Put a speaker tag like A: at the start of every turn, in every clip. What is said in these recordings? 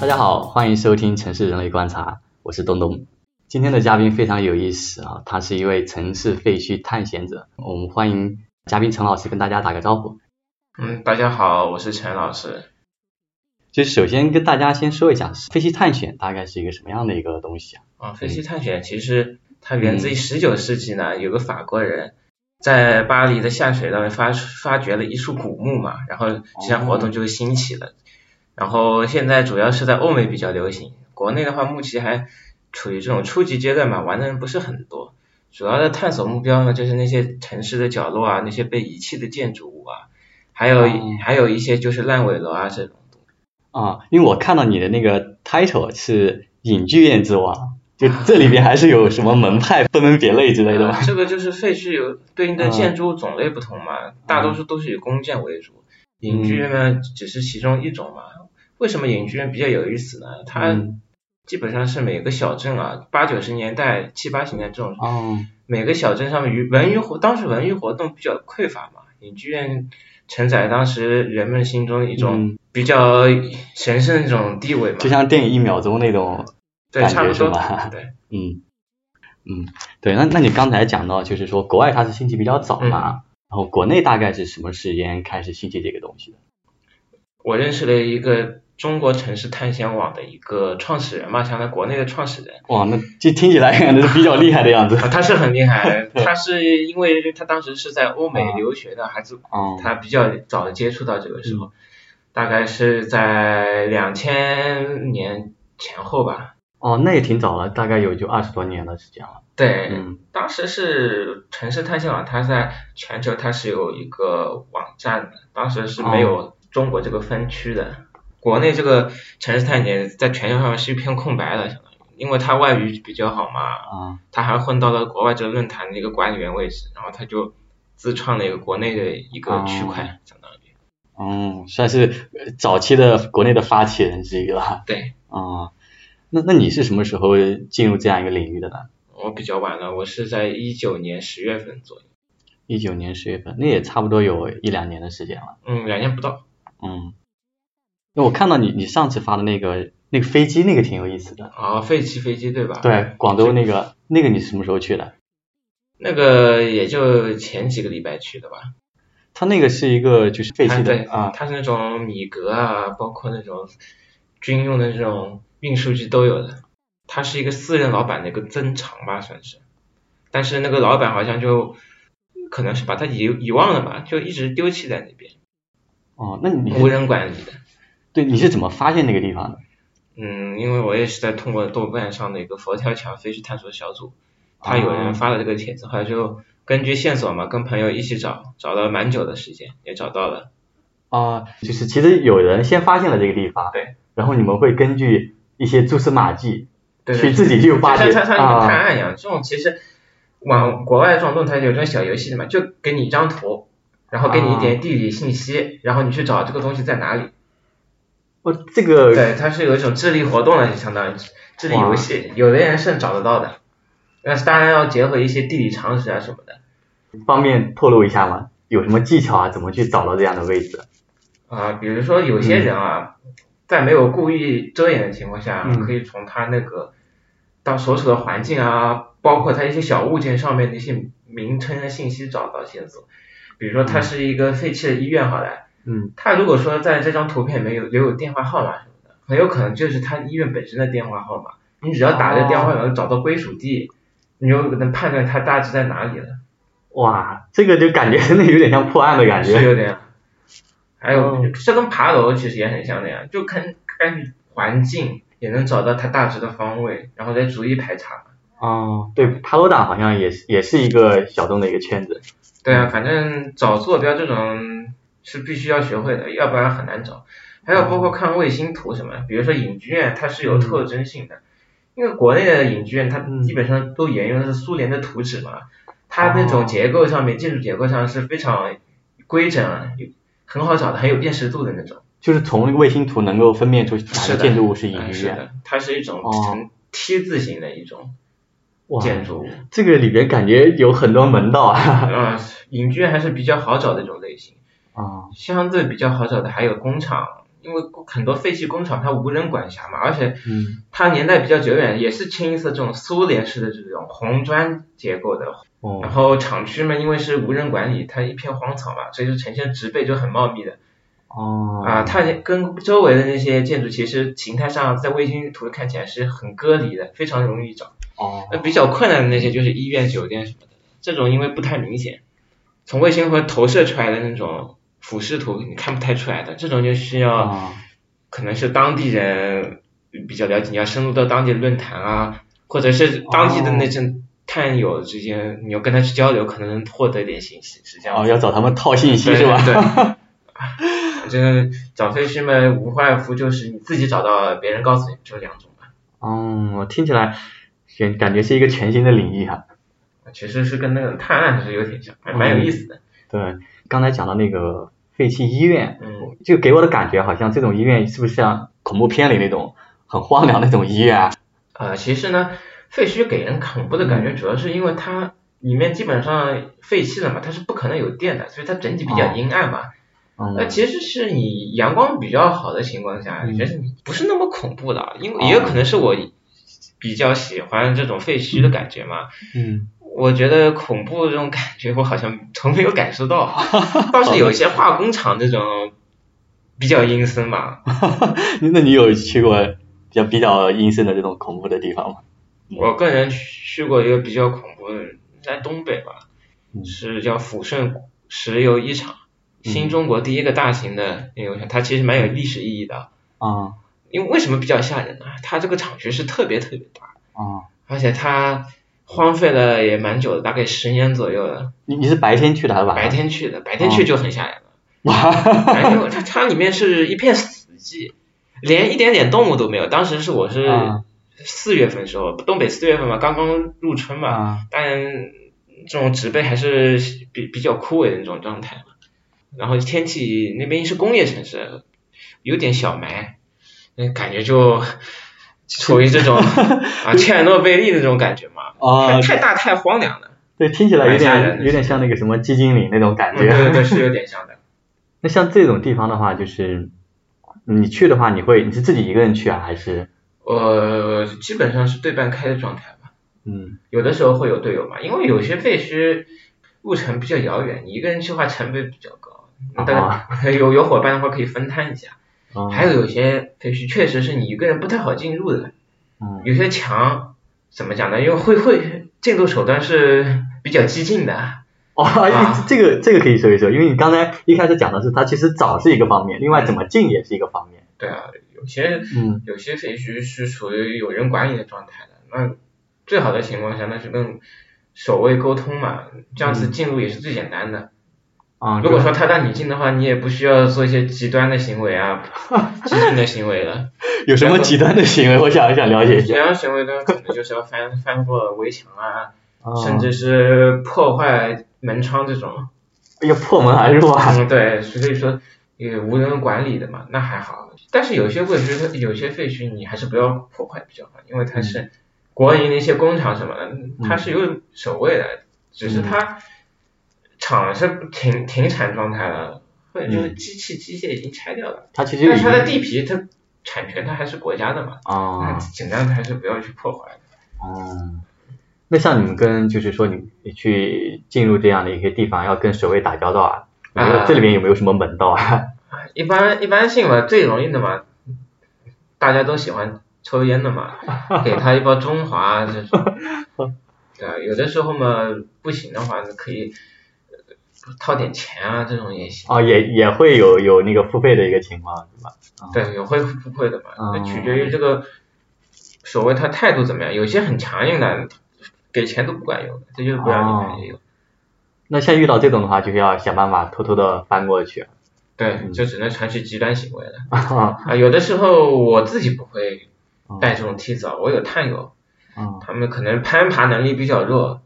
A: 大家好，欢迎收听《城市人类观察》，我是东东。今天的嘉宾非常有意思啊，他是一位城市废墟探险者。我们欢迎嘉宾陈老师跟大家打个招呼。
B: 嗯，大家好，我是陈老师。
A: 就首先跟大家先说一下，废墟探险大概是一个什么样的一个东西啊？
B: 啊，飞机探险其实它源自于十九世纪呢，有个法国人在巴黎的下水道里发发掘了一处古墓嘛，然后这项活动就兴起了。然后现在主要是在欧美比较流行，国内的话目前还处于这种初级阶段嘛，玩的人不是很多。主要的探索目标呢，就是那些城市的角落啊，那些被遗弃的建筑物啊，还有、
A: 哦
B: 还有一些就是烂尾楼啊这种。
A: 啊，因为我看到你的那个 title 是影剧院之王，就这里边还是有什么门派分门别类之类的吗
B: 啊？这个就是废墟有对应的
A: 嗯
B: 建筑物种类不同嘛，大多数都是以公建为主，影剧院
A: 嗯
B: 呢只是其中一种嘛。为什么影剧院比较有意思呢？它
A: 嗯
B: 基本上是每个小镇啊，八九十年代、七八十年代这种，
A: 哦，
B: 每个小镇上面娱文娱活，当时文娱活动比较匮乏嘛，影剧院承载当时人们心中一种
A: 嗯
B: 比较神圣的这种地位嘛，
A: 就像电影一秒钟那种
B: 对，
A: 感
B: 差
A: 觉
B: 不
A: 是
B: 多
A: 吗，
B: 对，
A: 嗯，嗯，对，那那你刚才讲到，就是说国外它是兴起比较早嘛，然后国内大概是什么时间开始兴起这个东西的？
B: 我认识了一个中国城市探险网的一个创始人嘛，相当于国内的创始人
A: 哇，那这听起来感觉是比较厉害的样子。
B: 啊，他是很厉害，他是因为他当时是在欧美留学的，还是
A: 哦，
B: 他比较早的接触到这个时候，大概是在两千年前后吧。
A: 哦，那也挺早了，大概有就二十多年的时间了。
B: 对，
A: 嗯
B: 当时是城市探险网，它在全球它是有一个网站的，当时是没有中国这个分区的。国内这个城市探险在全球上面是一片空白的，相当于，因为它外语比较好嘛，
A: 啊，
B: 它还混到了国外这个论坛的一个管理员位置，然后它就自创了一个国内的一个区块，相当于。
A: 嗯，算是呃早期的国内的发起人之一了。
B: 对，
A: 啊、那那你是什么时候进入这样一个领域的呢？
B: 我比较晚了，我是在一九年十月份左右，
A: 一九年十月份，那也差不多有一两年的时间了。
B: 嗯，两年不到。
A: 嗯，那我看到你你上次发的那个那个飞机那个挺有意思的，
B: 哦，废弃飞机对吧？
A: 对，广州那个那个你什么时候去的？
B: 那个也就前几个礼拜去的吧。
A: 它那个是一个就是废
B: 它
A: 弃
B: 哎对
A: 的啊，
B: 它是那种米格啊，包括那种军用的这种运输机都有的。它是一个私人老板的一个增长吧，算是。但是那个老板好像就可能是把它遗遗忘了吧，就一直丢弃在那边，
A: 哦，那你
B: 无
A: 是
B: 人管理的。
A: 对你是怎么发现那个地方的？
B: 嗯，因为我也是在通过豆瓣上的一个佛跳墙废墟探索小组，他有
A: 啊
B: 人发了这个帖子，后来就根据线索嘛，跟朋友一起找，找了蛮久的时间，也找到了。
A: 啊，就是其实有人先发现了这个地方，
B: 对，
A: 然后你们会根据一些蛛丝马迹
B: 对
A: 去自己去
B: 就
A: 挖掘
B: 像像像你们探
A: 啊，
B: 案一样，这种其实往国外这种论坛有这种小游戏的嘛，就给你一张图，然后给你一点地理信息，然后你去找这个东西在哪里。
A: 我哦这个
B: 对，它是有一种智力活动了，就相当于智力游戏，有的人是找得到的，但是当然要结合一些地理常识啊什么的。
A: 方便透露一下吗？有什么技巧啊？怎么去找到这样的位置？
B: 啊，比如说有些人啊，在没有故意遮掩的情况下，
A: 嗯
B: 可以从他那个到所处的环境啊，包括他一些小物件上面的一些名称的信息找到线索。比如说，它是一个废弃的医院，好了，
A: 嗯，
B: 他如果说在这张图片里面有留有电话号码什么的，很有可能就是他医院本身的电话号码。你只要打这个电话号码找到归属地，你就能判断它大致在哪里了。
A: 哇，这个就感觉真的有点像破案的感
B: 是
A: 觉
B: 有点。还有
A: 嗯，
B: 这跟爬楼其实也很像的呀，就看根据环境也能找到它大致的方位，然后再逐一排查。
A: 哦，对，爬楼党好像也是也是一个小众的一个圈子。
B: 对
A: 嗯
B: 啊，反正找坐标这种是必须要学会的，要不然很难找。还有
A: 哦
B: 包括看卫星图什么，比如说影剧院，它是有特征性的，因为国内的影剧院它
A: 嗯
B: 基本上都沿用的是苏联的图纸嘛，它那
A: 哦
B: 种结构上面、建筑结构上是非常规整啊，有很好找的，很有辨识度的那种。
A: 就是从卫星图能够分辨出哪
B: 是
A: 个
B: 的
A: 建筑物是影
B: 嗯
A: 剧
B: 是
A: 院。
B: 的，它是一种
A: 哦
B: 呈 T 字形的一种
A: 哇，
B: 建筑物，
A: 这个里边感觉有很多门道啊。
B: 呃，影剧院还是比较好找的一种类型。
A: 啊、
B: 相对比较好找的还有工厂，因为很多废弃工厂它无人管辖嘛，而且
A: 嗯，
B: 它年代比较久远，也是清一色这种苏联式的这种红砖结构的。然
A: 哦，
B: 后厂区嘛，因为是无人管理，它一片荒草嘛，所以就呈现植被就很茂密的
A: 哦，
B: 啊。它跟周围的那些建筑其实形态上在卫星图看起来是很割离的，非常容易找。
A: 哦，
B: 那呃比较困难的那些就是医院、酒店什么的，这种因为不太明显，从卫星和投射出来的那种俯视图你看不太出来的，这种就需要
A: 啊，
B: 可能是当地人比较了解，你要深入到当地论坛啊，或者是当地的
A: 哦
B: 那阵探友之间，你要跟他去交流，可能能获得一点信息，是这样
A: 哦，
B: 子。
A: 要找他们套信息
B: 对
A: 是吧？
B: 对。 对就是找废墟嘛，无外乎就是你自己找到，别人告诉你，就两种吧。
A: 哦，我听起来感感觉是一个全新的领域哈、
B: 其实是跟那个探案还是有点像，还蛮有意思的。
A: 对，刚才讲到那个废弃医院，
B: 嗯，
A: 就给我的感觉好像这种医院是不是像恐怖片里那种很荒凉那种医院啊？
B: 呃，其实呢，废墟给人恐怖的感觉，主要是因为它里面基本上废弃了嘛，它是不可能有电的，所以它整体比较阴暗嘛。
A: 嗯
B: 那、，呃其实是你阳光比较好的情况下，
A: 嗯
B: 其实你不是那么恐怖的，因为也有可能是我比较喜欢这种废墟的感觉嘛。
A: 嗯，
B: 我觉得恐怖这种感觉，我好像从没有感受到，啊倒是有一些化工厂这种比较阴森吧。
A: 那你有去过比较比较阴森的这种恐怖的地方吗？
B: 我个人去过一个比较恐怖的，在东北吧，
A: 嗯
B: 是叫抚顺石油一厂，
A: 嗯
B: 新中国第一个大型的炼油厂，它其实蛮有历史意义的。
A: 啊
B: 因为为什么比较吓人呢？它这个厂区是特别特别大，
A: 啊，
B: 而且它荒废了也蛮久的，大概十年左右了。
A: 你你是白天去的还是晚上？
B: 白 天去的，白天去就很吓人了。
A: 哇，
B: 白天它它里面是一片死寂，连一点点动物都没有。当时是我是
A: 啊
B: 四月份时候，东北四月份嘛，刚刚入春嘛，
A: 啊
B: 但这种植被还是比比较枯萎的那种状态嘛。然后天气那边是工业城市，有点小霾，那感觉就处于这种啊切尔诺贝利那种感觉嘛，太
A: 啊，
B: 太大太荒凉了。
A: 对，听起来有
B: 蛮吓人
A: 点
B: 的
A: 有点像那个什么寂静岭那种感
B: 嗯，
A: 觉。
B: 对对对，是有点像的。
A: 那像这种地方的话，就是你去的话，你会你是自己一个人去啊，还是
B: 我基本上是对半开的状态吧，
A: 嗯
B: 有的时候会有队友嘛，因为有些废墟路程比较遥远，你一个人去的话成本比较高，
A: 啊
B: 但 有有伙伴的话可以分摊一下。
A: 嗯
B: 还有有些废墟确实是你一个人不太好进入的，
A: 嗯
B: 有些墙怎么讲呢？因为会会进入手段是比较激进的，
A: 哦，
B: 啊
A: 这个这个可以说一说，因为你刚才一开始讲的是它其实找是一个方面，另外怎么进也是一个方面。
B: 对啊，有些
A: 嗯
B: 有些废墟是处于有人管理的状态的，那最好的情况下那是跟守卫沟通嘛，这样子进入也是最简单的。
A: 嗯啊，
B: 如果说他让你进的话，你也不需要做一些极端的行为啊， 激进的行为了。
A: 有什么极端的行为，我想想了解一
B: 极
A: 下。
B: 端行为呢，可能就是要翻翻过围墙啊。
A: 啊
B: 甚至是破坏门窗这种。
A: 要破门而入啊。
B: 嗯，对，所以说也无人管理的嘛，那还好。但是有些废墟，它有些废墟你还是不要破坏比较好，因为它是国营的一些工厂什么的，它是有守卫的，只是它厂是停停产状态了，或者就是机器机械已经拆掉了，
A: 它其实
B: 但是它的
A: 已经
B: 地嗯皮它产权它还是国家的嘛，那
A: 啊
B: 尽量还是不要去破坏。
A: 哦，那像你们跟就是说你你去进入这样的一些地方，要跟守卫打交道啊，有没有
B: 啊
A: 这里面有没有什么门道啊？
B: 一般一般性嘛，最容易的嘛，大家都喜欢抽烟的嘛，给他一包中华啊这种。对啊，有的时候嘛，不行的话可以呃掏点钱啊，这种也行。
A: 哦，也也会有有那个付费的一个情况是吧？
B: 对，有会不会的嘛，那
A: 嗯
B: 取决于这个所谓他态度怎么样。有些很强硬的，给钱都不管用的，这就是不让你买也有。
A: 那像遇到这种的话，就是要想办法偷偷的翻过去。
B: 对，就只能采取极端行为了。
A: 啊，
B: 啊，有的时候我自己不会
A: 嗯
B: 带这种梯子啊，我有探友。
A: 嗯
B: 他们可能攀爬能力比较弱，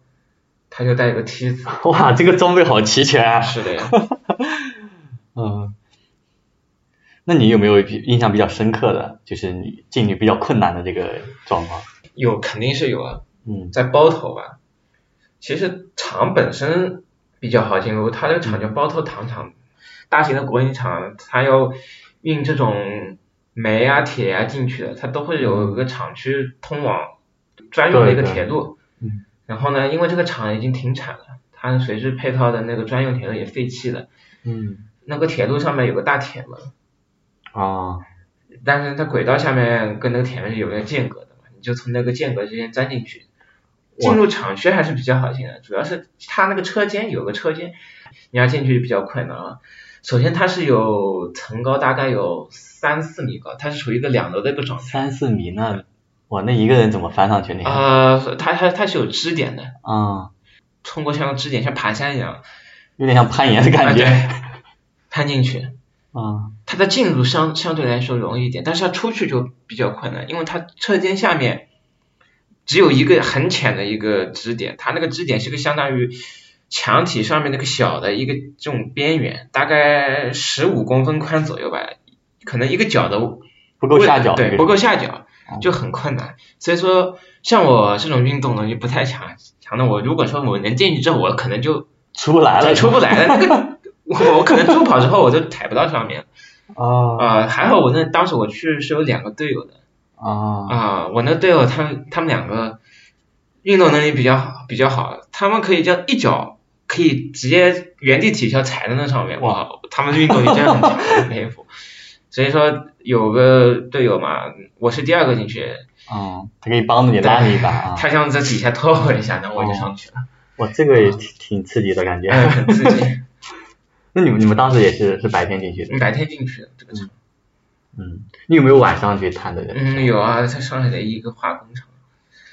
B: 他就带一个梯子。
A: 哇，这个装备好齐全啊！
B: 是的呀，
A: 嗯，那你有没有比印象比较深刻的，就是你进去比较困难的这个状况？
B: 有肯定是有啊，
A: 嗯
B: 在包头吧。其实厂本身比较好进入，它这个厂叫包头糖厂，大型的国营厂，它要运这种煤啊、铁啊进去的，它都会有一个厂区通往专用的一个铁
A: 嗯
B: 路。然后呢，因为这个厂已经停产了，它随之配套的那个专用铁路也废弃了。
A: 嗯
B: 那个铁路上面有个大铁门，
A: 啊
B: 但是它轨道下面跟那个铁门是有一个间隔的嘛，你就从那个间隔之间钻进去，进入厂区还是比较好进的，主要是它那个车间有个车间，你要进去比较困难了。首先它是有层高，大概有三四米高，它是处于一个两楼的一个状态。
A: 三四米那哇那一个人怎么翻上去那个
B: 呃，它它它是有支点的，
A: 啊
B: 通过像支点像爬山一样，
A: 有点像攀岩的
B: 啊
A: 感觉
B: 对，攀进去。
A: 啊
B: 它的进入相相对来说容易一点，但是它出去就比较困难，因为它车间下面只有一个很浅的一个支点，它那个支点是个相当于墙体上面那个小的一个这种边缘，大概十五公分宽左右吧，可能一个脚的
A: 不够下脚
B: 对，不够下脚
A: 哦
B: 就很困难。所以说，像我这种运动能力不太强强的，我如果说我能进去之后，我可能就
A: 出不来了
B: 出不来了，那个我我可能助跑之后我就踩不到上面。
A: 啊
B: 啊、还好我那当时我去是有两个队友的
A: 啊
B: 啊、我那队友他们他们两个运动能力比较好，比较好，他们可以这样一脚可以直接原地起跳踩在那上面，哇，他们的运动力真的很强，很佩 服。所以说有个队友嘛，我是第二个进去，
A: 嗯，他可以帮着你拉你一把啊，
B: 他像在底下拖我一下，然后我就上去 了，
A: 哇这个也
B: 啊
A: 挺挺刺激的感觉。
B: 哎，很刺激。
A: 那你们你们当时也是是白天进去的，
B: 白天进去的这个场，
A: 嗯，你有没有晚上去探的人？
B: 嗯，有啊，在上海的一个化工厂。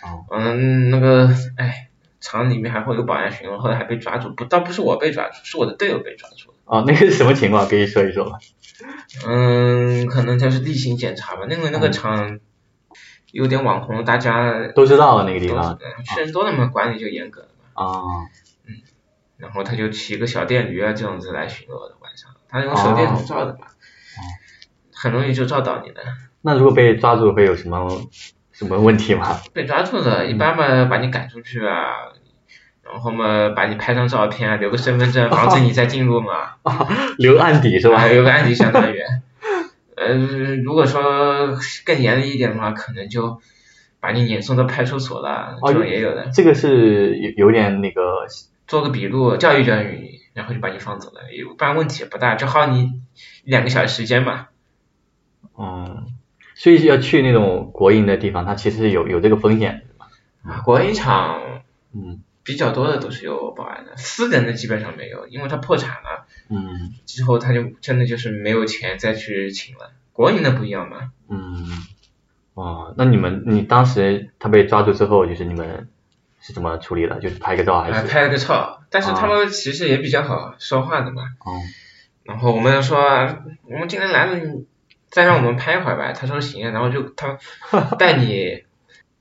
A: 哦，
B: 嗯，那个，哎，厂里面还会有保安巡逻，后来还被抓住，不，倒不是我被抓住，是我的队友被抓住了。
A: 哦，那个是什么情况？可以说一说吗？
B: 嗯，可能就是例行检查吧，那个那个
A: 嗯
B: 厂有点网红，大家
A: 都知道了那个地
B: 都
A: 方
B: 嗯去人多了嘛，管理就严格了
A: 啊，
B: 嘛。然后他就骑个小电驴啊这样子来巡逻的，晚上他用手电
A: 哦
B: 筒照的嘛，很容易就照到你的。
A: 那如果被抓住会有什么什么问题吗？
B: 被抓住了，一般嘛把你赶出去啊，然后嘛把你拍张照片啊，留个身份证，防止你再进入嘛。
A: 留案底是吧
B: 啊，？有个案底相 当于，呃，如果说更严厉一点的话，可能就把你撵送到派出所了，
A: 哦
B: 这种也有的，
A: 这个是有有点那个
B: 做个笔录，教育教育你，然后就把你放走了，也不然问题也不大，就耗你一两个小时时间吧。
A: 嗯，所以要去那种国营的地方，它其实是有有这个风险的。
B: 啊，国营厂
A: 嗯
B: 比较多的都是有保安的，私人的基本上没有，因为它破产了
A: 嗯
B: 之后，他就真的就是没有钱再去请了。国营的不一样嘛，
A: 嗯，哦，那你们你当时他被抓住之后，就是你们是怎么处理的？就是拍个照还
B: 啊，
A: 是？
B: 拍了个照，但是
A: 啊
B: 他们其实也比较好说话的嘛。
A: 哦
B: 然后我们说，啊我们今天来了，你再让我们拍一会儿吧。他说行，然后就 他带你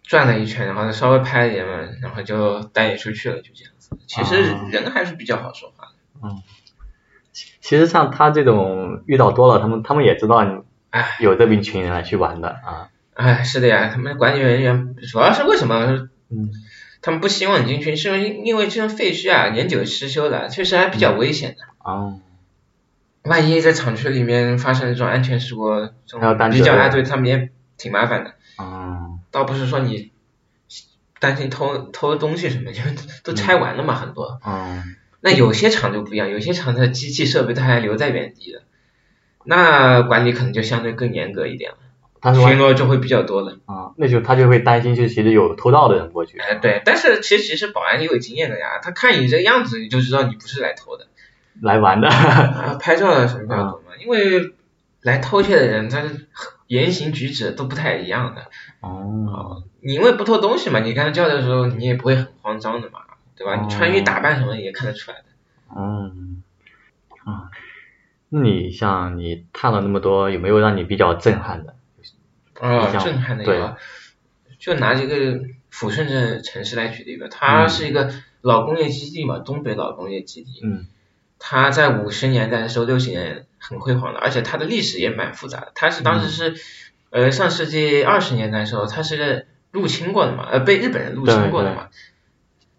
B: 转了一圈，然后稍微拍了一眼嘛，然后就带你出去了，就这样子。其实
A: 啊
B: 人还是比较好说话的。
A: 其实像他这种遇到多了，他们他们也知道你
B: 哎
A: 有这么一群人来去玩的啊。
B: 哎，是的呀，他们管理人员主要是为什么
A: 嗯
B: 他们不希望你进去？是因为因为这种废墟啊，年久失修了，确实还比较危险的。
A: 哦
B: 万一在厂区里面发生这种安全事故，这
A: 还要
B: 种
A: 担
B: 比较
A: 责任
B: 哎，对他们也挺麻烦的。
A: 哦
B: 倒不是说你担心偷偷东西什么，就都拆完了嘛，很多。
A: 哦
B: 那有些厂就不一样，有些厂的机器设备它还留在原地的，那管理可能就相对更严格一点了，
A: 他说
B: 巡逻就会比较多了。
A: 啊，那就他就会担心，就其实有偷盗的人过去。
B: 哎，对，但是其实其实保安也有经验的呀，他看你这个样子，你就知道你不是来偷的。
A: 来玩 的。
B: 啊，拍照啊什么比较多嘛，因为来偷窃的人他是言行举止都不太一样的。
A: 哦，
B: 你因为不偷东西嘛，你跟他交流的时候，你也不会很慌张的嘛，对吧？你穿衣
A: 哦
B: 打扮什么也看得出来的。
A: 嗯，啊，那你像你看了那么多，有没有让你比较震撼的？
B: 啊、
A: 比较
B: 震撼的一
A: 哦对
B: 个，就拿这个抚顺这城市来举例吧，它
A: 嗯
B: 是一个老工业基地嘛，东北老工业基地，
A: 嗯
B: 它在五十年代的时候、六十年代很辉煌的，而且它的历史也蛮复杂的，它是当时
A: 嗯
B: 是，呃，上世纪二十年代的时候，它是入侵过的嘛，呃，被日本人入侵过的嘛，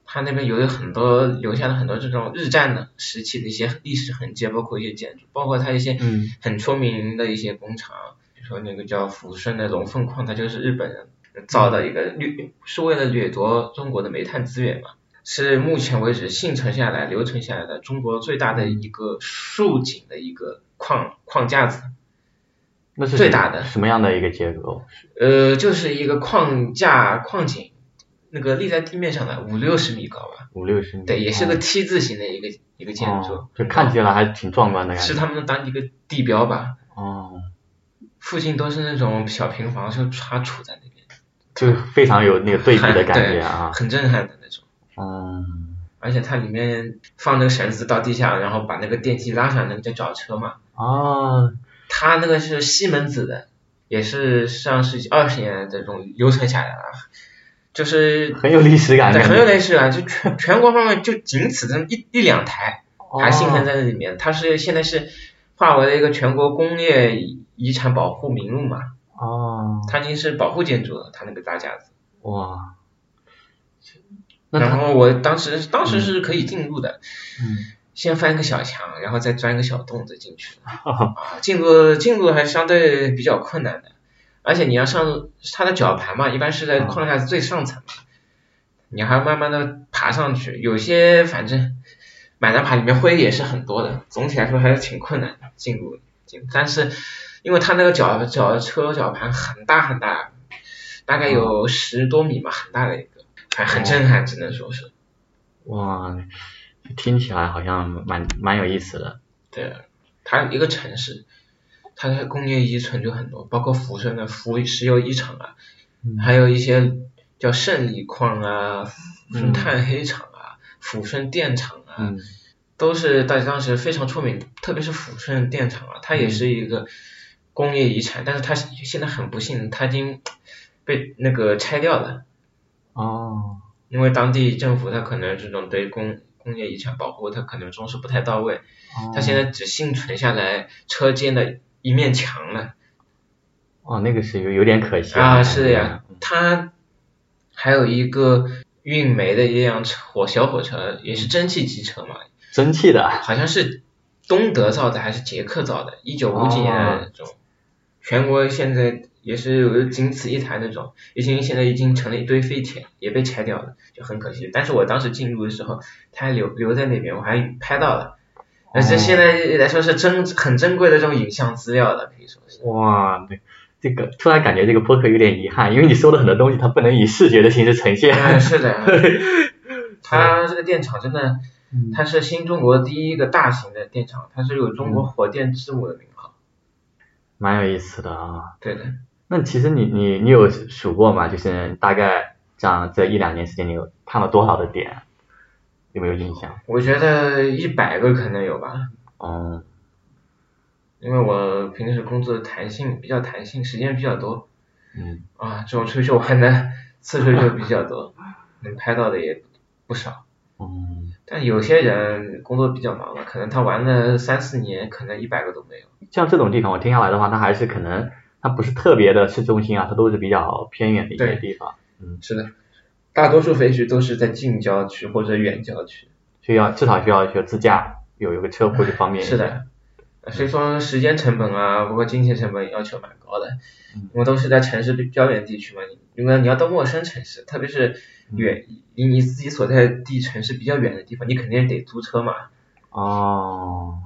B: 它那边有很多留下了很多这种日战的时期的一些历史痕迹，包括一些建筑，包括它一些
A: 嗯
B: 很出名的一些工厂，比如说那个叫抚顺的龙凤矿，它就是日本人造的一个掠，是为了掠夺中国的煤炭资源嘛，是目前为止幸存下来、留存下来的中国最大的一个竖井的一个矿矿架子。
A: 那是
B: 最
A: 什么
B: 大的
A: 什么样的一个结构？
B: 呃，就是一个框架矿井，那个立在地面上的五六十米高吧，
A: 五六十米，
B: 对，也是个
A: 哦
B: T 字形的一个、一个建筑，
A: 哦就看起来还挺壮观的感觉。
B: 是他们的当地一个地标吧，
A: 哦，
B: 附近都是那种小平房，就插杵在那边，
A: 就非常有那个对比的感
B: 对
A: 觉 啊。
B: 很震撼的那种。
A: 嗯，
B: 而且它里面放那个绳子到地下，然后把那个电梯拉上，那个叫绞车嘛。
A: 哦，
B: 它那个是西门子的，也是上世纪二十年的这种流传下来了，啊就是
A: 很有历史感，
B: 对，
A: 感觉
B: 很有类似啊，就全全国方面就仅此这么一一两台还幸存
A: 哦
B: 在这里面，它是现在是划为了一个全国工业遗遗产保护名录嘛，
A: 哦，
B: 它已经是保护建筑了，它那个大架子。
A: 哇，那
B: 然
A: 它
B: 后我当时当时是可以进入的，
A: 嗯，
B: 先翻个小墙，然后再钻个小洞子进去的啊，进入进入还相对比较困难的，而且你要上它的绞盘嘛，一般是在框架最上层嘛，你还要慢慢的爬上去，有些反正满难爬里面灰也是很多的，总体来说还是挺困难的进入进，但是因为它那个绞绞车绞盘很大很大，大概有十多米嘛，很大的一个，还很震撼，只能说是
A: 哇，听起来好像蛮蛮有意思的。
B: 对，啊它一个城市，它的工业遗存就很多，包括抚顺的福石油一厂啊，还有一些叫胜利矿啊、抚顺炭黑厂啊、抚顺电厂啊，
A: 嗯
B: 都是在当时非常出名，特别是抚顺电厂啊，它也是一个工业遗产，但是它现在很不幸，它已经被那个拆掉了，
A: 哦，
B: 因为当地政府它可能这种对工工业遗产保护，它可能重视不太到位。
A: 哦
B: 它现在只幸存下来车间的一面墙了
A: 哦，那个是有有点可惜
B: 啊，
A: 感
B: 是的
A: 觉
B: 呀，它还有一个运煤的一辆车火小火车，也是蒸汽机车嘛，
A: 蒸汽的，
B: 好像是东德造的还是捷克造的，一九五几年的那种，全国现在也是有仅此一台那种，已经现在已经成了一堆废铁，也被拆掉了，就很可惜。但是我当时进入的时候，它还留留在那边，我还拍到了。而且
A: 哦
B: 现在来说是珍很珍贵的这种影像资料了，可以说 是。
A: 哇，对，这个突然感觉这个播客有点遗憾，因为你说的很多东西它不能以视觉的形式呈现。
B: 嗯，是的，它这个电厂真的，
A: 嗯
B: 它是新中国第一个大型的电厂，它是有中国火电之母的名号。
A: 蛮有意思的啊。
B: 对的，
A: 那其实你你你有数过吗？就是大概这样这一两年时间，你有看了多少的点？有没有印象？
B: 我觉得一百个可能有吧。
A: 哦，
B: 因为我平时工作弹性比较弹性，时间比较多
A: 嗯，
B: 啊，这种出去玩的次数就比较多，能拍到的也不少。
A: 嗯，
B: 但有些人工作比较忙了，可能他玩了三四年，可能一百个都没有。
A: 像这种地方，我听下来的话，它还是可能它不是特别的市中心啊，它都是比较偏远的一些
B: 对
A: 地方，
B: 是的，大多数废墟都是在近郊区或者远郊区。
A: 需要至少需要学自驾，有有个车库就方便一些。
B: 是的，呃所以说时间成本啊，包括金钱成本要求蛮高的
A: 嗯，
B: 因为都是在城市比较远地区嘛，你因为你要到陌生城市，特别是远离你自己所在地城市比较远的地方，你肯定得租车嘛。
A: 哦，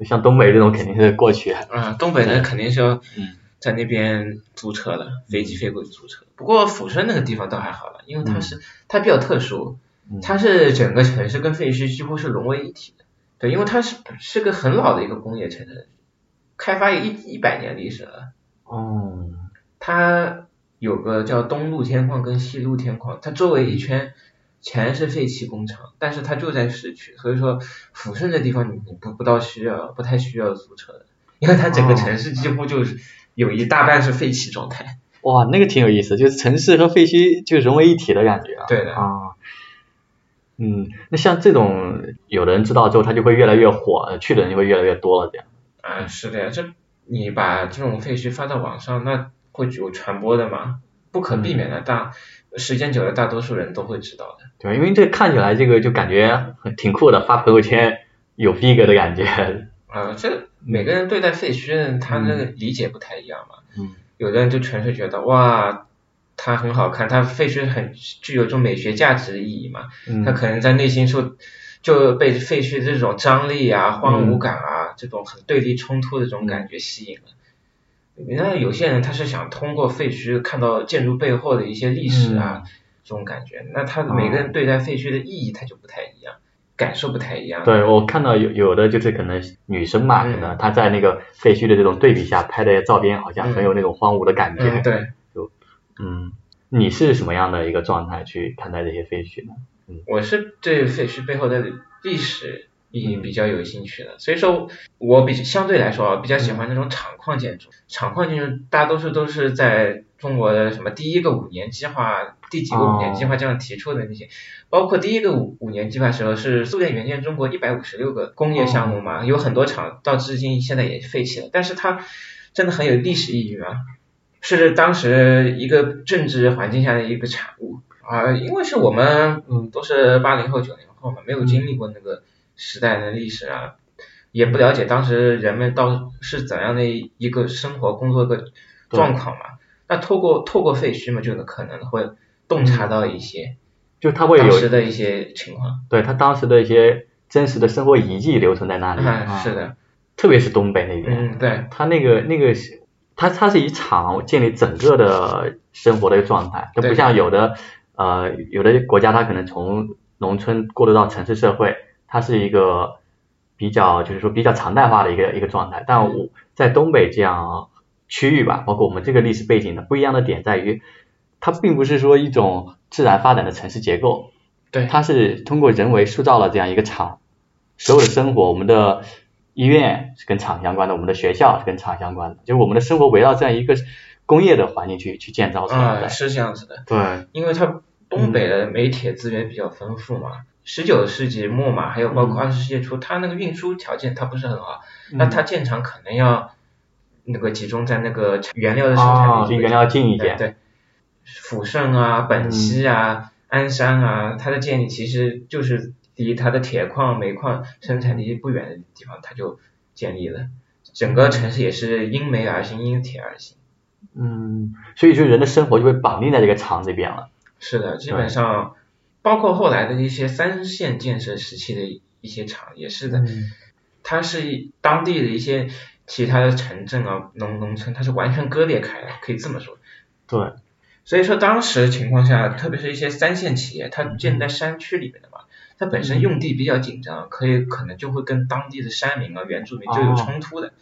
A: 像东北这种肯定是过去，
B: 啊，东北呢肯定是要
A: 嗯
B: 在那边租车了，飞机飞过去租车。不过抚顺那个地方倒还好了，因为它是它比较特殊，
A: 嗯
B: 它是整个城市跟废墟几乎是融为一体的。对，因为它是是个很老的一个工业城市，开发一一百年历史了。
A: 哦，
B: 它有个叫东露天矿跟西露天矿，它周围一圈全是废弃工厂，但是它就在市区，所以说抚顺这地方你你不不到需要不太需要租车的，因为它整个城市几乎就是有一大半是废弃状态。
A: 哇，那个挺有意思，就是城市和废墟就融为一体的感觉啊。
B: 对的
A: 啊。嗯，那像这种，有的人知道之后，他就会越来越火，呃去的人就会越来越多了，这样。
B: 啊，是的呀，这你嗯把这种废墟发到网上，那会有传播的嘛，不可避免的，但时间久了，大多数人都会知道的。
A: 对，因为这看起来这个就感觉很挺酷的，发朋友圈有逼格的感觉。
B: 啊，这每个人对待废墟，他那个理解不太一样嘛。
A: 嗯，
B: 有的人就纯粹觉得哇，它很好看，它废墟很具有一种美学价值的意义嘛。
A: 嗯
B: 他可能在内心处就被废墟这种张力啊、
A: 嗯
B: 荒芜感啊、这种很对立冲突的这种感觉吸引了。那有些人他是想通过废墟看到建筑背后的一些历史啊，
A: 嗯
B: 这种感觉。那
A: 啊
B: 他每个人对待废墟的意义，他就不太一样，感受不太一样。
A: 对我看到有有的就是可能女生嘛，可能她在那个废墟的这种对比下拍的照片，好像很有那种荒芜的感
B: 嗯，
A: 觉。
B: 对
A: 嗯，你是什么样的一个状态去看待这些废墟呢？
B: 我是对废墟背后的历史意义比较有兴趣的，所以说我比相对来说啊比较喜欢那种厂矿建筑。厂矿建筑大多数都是在中国的什么第一个五年计划、第几个五年计划这样提出的那些，包括第一个五五年计划时候是苏联援建中国一百五十六个工业项目嘛，有很多厂到至今现在也废弃了，但是它真的很有历史意义啊嘛，是当时一个政治环境下的一个产物啊、因为是我们嗯都是八零后九零后嘛，没
A: 嗯
B: 有经历过那个时代的历史啊，也不了解当时人们到是怎样的一个生活工作的状况嘛，那透过透过废墟嘛，就能可能会洞察到一些
A: 就是嗯它会
B: 当
A: 有
B: 时的一些情况，
A: 对他当时的一些真实的生活遗迹留存在那里，啊
B: 嗯，是的，
A: 特别是东北那边，
B: 嗯，对，
A: 他那个那个是，他他是以厂建立整个的生活的一个状态，它
B: 对
A: 不像有的呃有的国家，它可能从农村过渡到城市社会，它是一个比较就是说比较常态化的一个一个状态。但我在东北这样区域吧，包括我们这个历史背景的不一样的点在于，它并不是说一种自然发展的城市结构，
B: 对，
A: 它是通过人为塑造了这样一个厂，所有的生活，我们的医院是跟厂相关的，我们的学校是跟厂相关的，就是我们的生活围绕这样一个工业的环境去去建造出来
B: 啊、
A: 的。
B: 是这样子的，
A: 嗯对，
B: 因为它东北
A: 嗯
B: 的煤铁资源比较丰富嘛，十九、世纪末嘛，还有包
A: 嗯
B: 括二十世纪初，它那个运输条件它不是很好，那它建厂可能要那个集中在那个产原料的生产
A: 啊，
B: 地
A: 离
B: 区
A: 原料近一点。嗯
B: 对，对抚顺啊、本溪啊、鞍山啊，它的建立其实就是离它的铁矿、煤矿生产地不远的地方，它就建立了。整个城市也是因煤而兴，因铁而兴。
A: 嗯，所以就人的生活就被绑定在这个厂这边了。
B: 是的，基本上包括后来的一些三线建设时期的一些厂也是的，
A: 嗯
B: 它是当地的一些其他的城镇啊、农农村，它是完全割裂开来，可以这么说。
A: 对，
B: 所以说当时情况下，特别是一些三线企业，它建在山区里面的嘛，它本身用地比较紧张，可以可能就会跟当地的山民啊、原住民就有冲突的。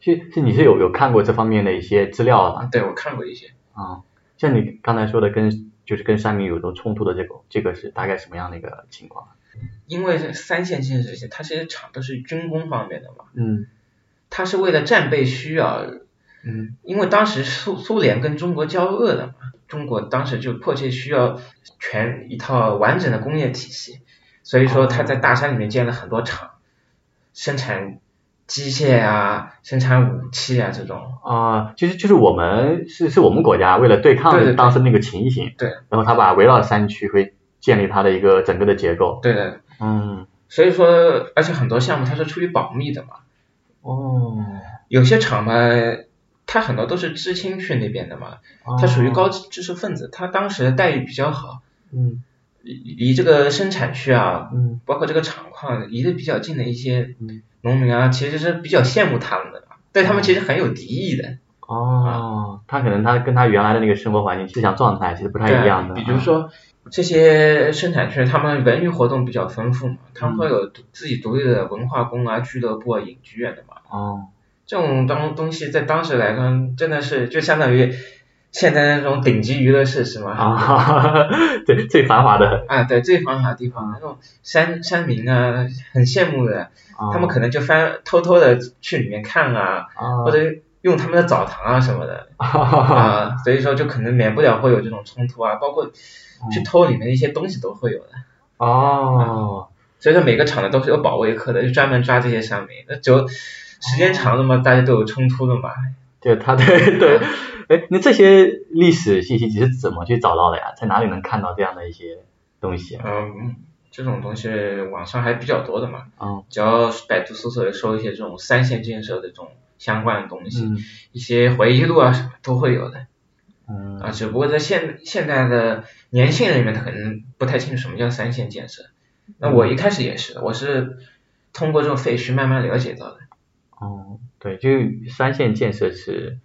A: 是是你是有有看过这方面的一些资料的吗
B: 啊，对我看过一些，
A: 啊？像你刚才说的跟就是跟山民有种冲突的这个这个是大概什么样的一个情况？
B: 因为这三线建设些，它这些厂都是军工方面的嘛，
A: 嗯
B: 它是为了战备需要，
A: 嗯
B: 因为当时苏苏联跟中国交恶了嘛，中国当时就迫切需要全一套完整的工业体系，所以说他在大山里面建了很多厂，生产机械啊，生产武器啊这种。
A: 啊，其实就是我们是是我们国家为了对
B: 对对
A: 抗
B: 对
A: 当时那个情形，
B: 对
A: 然后他把围绕山区会建立它的一个整个的结构，
B: 对的，
A: 嗯，
B: 所以说而且很多项目它是出于保密的嘛，
A: 哦，
B: 有些厂嘛，它很多都是知青去那边的嘛，
A: 哦
B: 它属于高知知识分子，他当时的待遇比较好，
A: 嗯
B: 离离这个生产区啊，
A: 嗯
B: 包括这个厂矿离得比较近的一些
A: 嗯
B: 农民啊，其实是比较羡慕他们的，对他们其实很有敌意
A: 嗯
B: 的。
A: 哦，他可能他跟他原来的那个生活环境、思想状态其实不太
B: 对啊，
A: 一样的，
B: 比如说这些生产区，他们文娱活动比较丰富嘛，他
A: 嗯
B: 们会有独自己独立的文化宫啊、俱乐部啊、影剧院的嘛。
A: 哦，
B: 这种当东西在当时来说，真的是就相当于现在那种顶级娱乐设施嘛。
A: 啊，哈哈对，最繁华的，
B: 啊，对，最繁华的地方，那种山山民啊，很羡慕的，
A: 啊
B: 他们可能就翻偷偷的去里面看啊，
A: 啊
B: 或者用他们的澡堂啊什 么的
A: 哈哈哈
B: 啊，所以说就可能免不了会有这种冲突啊，包括
A: 嗯
B: 去偷里面的一些东西都会有的。
A: 哦，
B: 所以说每个厂呢都是有保卫科的，就专门抓这些山民。那只有时间长了嘛，大家都有冲突了嘛。
A: 就他对对，哎，那这些历史信息你是怎么去找到的呀？在哪里能看到这样的一些东西啊？
B: 嗯，这种东西网上还比较多的嘛，
A: 嗯
B: 只要百度搜索搜一些这种三线建设的这种相关的东西，
A: 嗯
B: 一些回忆录啊什么都会有的啊。
A: 嗯
B: 只不过在现现在的年轻人里面，他可能不太清楚什么叫三线建设。那我一开始也是的，我是通过这种废墟慢慢了解到的。
A: 哦，对，就是三线建设是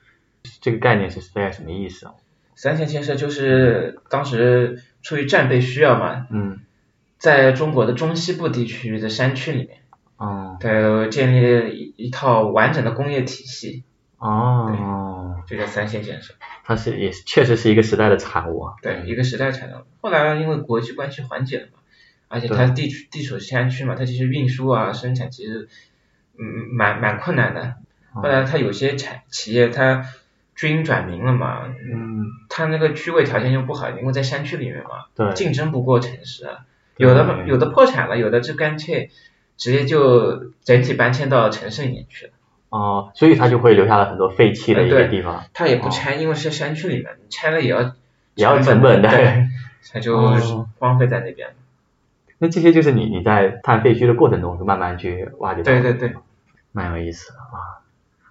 A: 这个概念是大概什么意思啊？
B: 三线建设就是当时出于战备需要嘛，
A: 嗯
B: 在中国的中西部地区的山区里面，
A: 哦
B: 对，建立了一一套完整的工业体系，
A: 哦，
B: 就叫三线建设。
A: 它是也是确实是一个时代的产物啊。
B: 对，一个时代产生的。后来因为国际关系缓解了嘛，而且它地处地处山区嘛，它其实运输啊、生产其实嗯蛮蛮困难的。
A: 嗯
B: 后来它有些产企业它军转民了嘛，
A: 嗯，
B: 它那个区位条件就不好，因为在山区里面嘛，
A: 对，
B: 竞争不过城市啊，有的
A: 对
B: 有的破产了，有的就干脆直接就整体搬迁到城市里面去了。
A: 哦，所以它就会留下了很多废弃的一
B: 呃
A: 个
B: 对
A: 地方，
B: 它也不
A: 哦
B: 拆，因为是山区里面，你拆了也要
A: 也要成本的。
B: 对，它就
A: 哦
B: 荒废在那边了。
A: 那这些就是你你在探废墟的过程中，就慢慢去挖掘到
B: 对
A: 的。
B: 对对。
A: 蛮有意思的啊。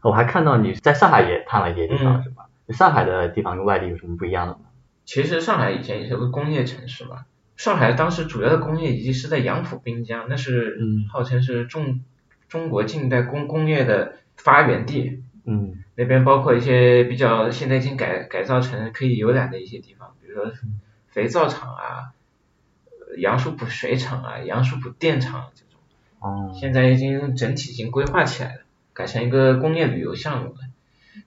A: 我还看到你在上海也探了一些地方，
B: 嗯
A: 是吧？上海的地方跟外地有什么不一样的吗？
B: 其实上海以前也是个工业城市嘛，上海当时主要的工业遗迹是在杨浦滨江，那是
A: 嗯
B: 号称是中中国近代工工业的发源地。
A: 嗯
B: 那边包括一些比较现在已经改改造成可以游览的一些地方，比如说肥皂厂啊、呃杨树浦水厂啊、杨树浦电厂啊这种，
A: 哦
B: 现在已经整体已经规划起来了，改成一个工业旅游项目了，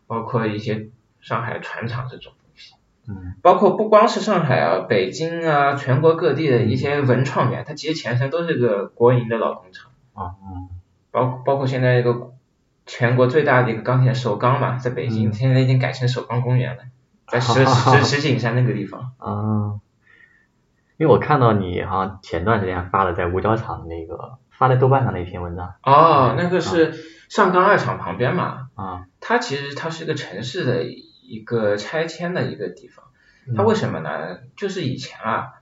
B: 包括一些上海船厂这种东西。
A: 嗯
B: 包括不光是上海啊、北京啊，全国各地的一些文创园，它其实前身都是个国营的老工厂，
A: 哦
B: 包包括现在一个全国最大的一个钢铁首钢嘛，在北京，
A: 嗯
B: 现在已经改成首钢公园了，在石石石景山那个地方。
A: 啊，因为我看到你好像前段时间发了在五角场那个发在豆瓣上的一篇文章
B: 哦，那个是上钢二厂旁边嘛，
A: 啊，
B: 它其实它是一个城市的一个拆迁的一个地方，
A: 嗯
B: 它为什么呢？就是以前啊，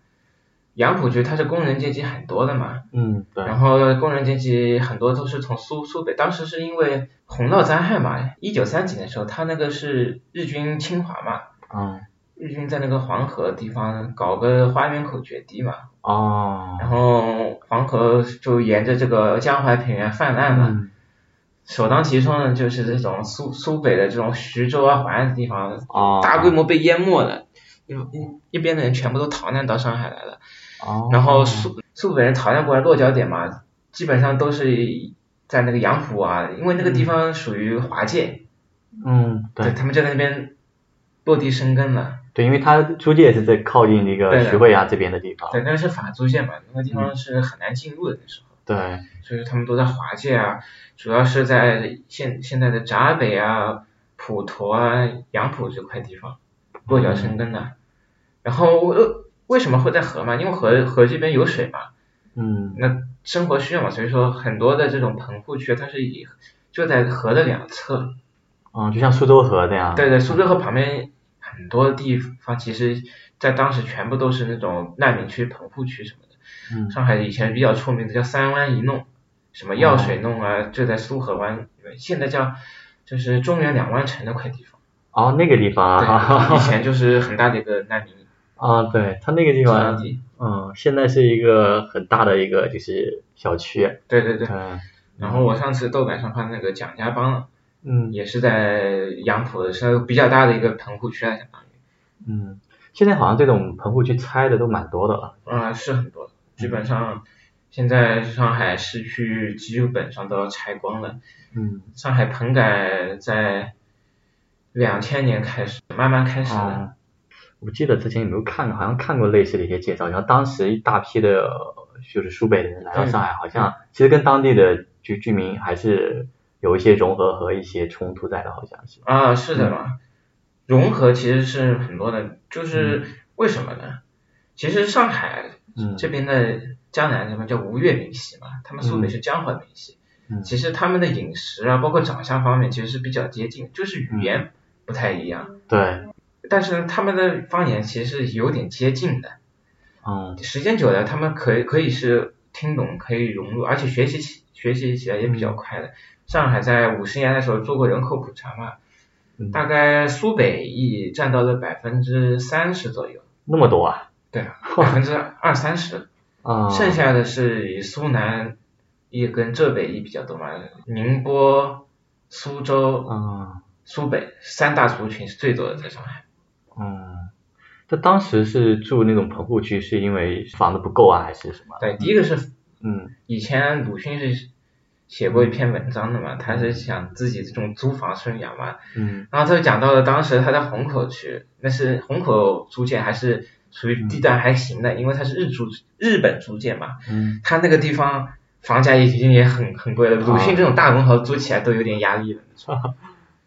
B: 杨浦区它是工人阶级很多的嘛，
A: 嗯对
B: 然后工人阶级很多都是从苏苏北，当时是因为洪涝灾害嘛，一九三几年的时候，他那个是日军侵华嘛，
A: 嗯
B: 日军在那个黄河地方搞个花园口决堤嘛，
A: 哦
B: 然后黄河就沿着这个江淮平原泛滥嘛，
A: 嗯
B: 首当其冲的就是这种苏苏北的这种徐州啊、淮安地方，
A: 哦
B: 大规模被淹没了，一一边的人全部都逃难到上海来了。
A: 哦
B: 然后苏苏北人逃难过来落脚点嘛，基本上都是在那个杨浦啊，因为那个地方属于华界，
A: 嗯对
B: 他们就在那边落地生根了。
A: 对，因为它租界是在靠近那
B: 对
A: 个
B: 的
A: 徐汇啊这边的地方，
B: 对，那是法租界嘛，那个地
A: 嗯
B: 方是很难进入的那时候，
A: 对
B: 所以他们都在华界啊，主要是在现现在的闸北啊、普陀啊、杨浦这块地方落脚生根
A: 哦
B: 的。然后为为什么会在河嘛？因为河河这边有水嘛，
A: 嗯
B: 那生活需要嘛，所以说很多的这种棚户区，它是以就在河的两侧，
A: 嗯，就像苏州河那样，
B: 对对，苏州河旁边很多地方，其实在当时全部都是那种难民区、棚户区什么的。
A: 嗯
B: 上海以前比较出名的叫三湾一弄，什么药水弄啊，就在苏河湾，现在叫就是中原两湾城那块地方。
A: 哦那个地方
B: 对，以
A: 啊
B: 前就是很大的一个难民
A: 啊对，它那个地
B: 集
A: 方
B: 中。地。
A: 嗯，现在是一个很大的一个就是小区，
B: 对对对。
A: 嗯
B: 然后我上次豆瓣上看那个蒋家浜了。
A: 嗯
B: 也是在杨浦的，是比较大的一个棚户区啊，相当于，
A: 嗯，现在好像这种棚户区拆的都蛮多的了，
B: 啊、是很多，基本上现在上海市区基本上都要拆光了。
A: 嗯，
B: 上海棚改在两千年开始慢慢开始的，
A: 啊，我记得之前有没有看，好像看过类似的一些介绍，然后当时一大批的呃就是苏北的人来到上海，好像其实跟当地的居居民还是有一些融合和一些冲突在的，好像是，
B: 啊，是的嘛，融合其实是很多的，就是为什么呢？其实上海
A: 嗯
B: 这边的江南这边叫吴越民系嘛，他们苏北是江淮民系。
A: 嗯
B: 其实他们的饮食啊，包括长相方面，其实是比较接近，就是语言不太一样。
A: 对，
B: 但是他们的方言其实是有点接近的，
A: 嗯，
B: 时间久了，他们可以可以是听懂，可以融入，而且学习起学习起来也比较快的。上海在五十年代的时候做过人口普查嘛，
A: 嗯
B: 大概苏北裔占到了百分之三十左右，
A: 那么多啊，
B: 对啊，百分之二三十，
A: 啊、
B: 剩下的是以苏南裔跟浙北裔比较多嘛，宁波、苏州、
A: 嗯
B: 苏北三大族群是最多的在上海。
A: 嗯，这当时是住那种棚户区，是因为房子不够啊，还是什么？
B: 对，第一个是
A: 嗯
B: 以前鲁迅是写过一篇文章的嘛，他是讲自己这种租房生涯嘛，
A: 嗯
B: 然后他就讲到了当时他在虹口区，那是虹口租界还是属于地段还行的，因为它是日租日本租界嘛，
A: 嗯，
B: 他那个地方房价已经也很很贵了，鲁迅这种大文豪租起来都有点压力了。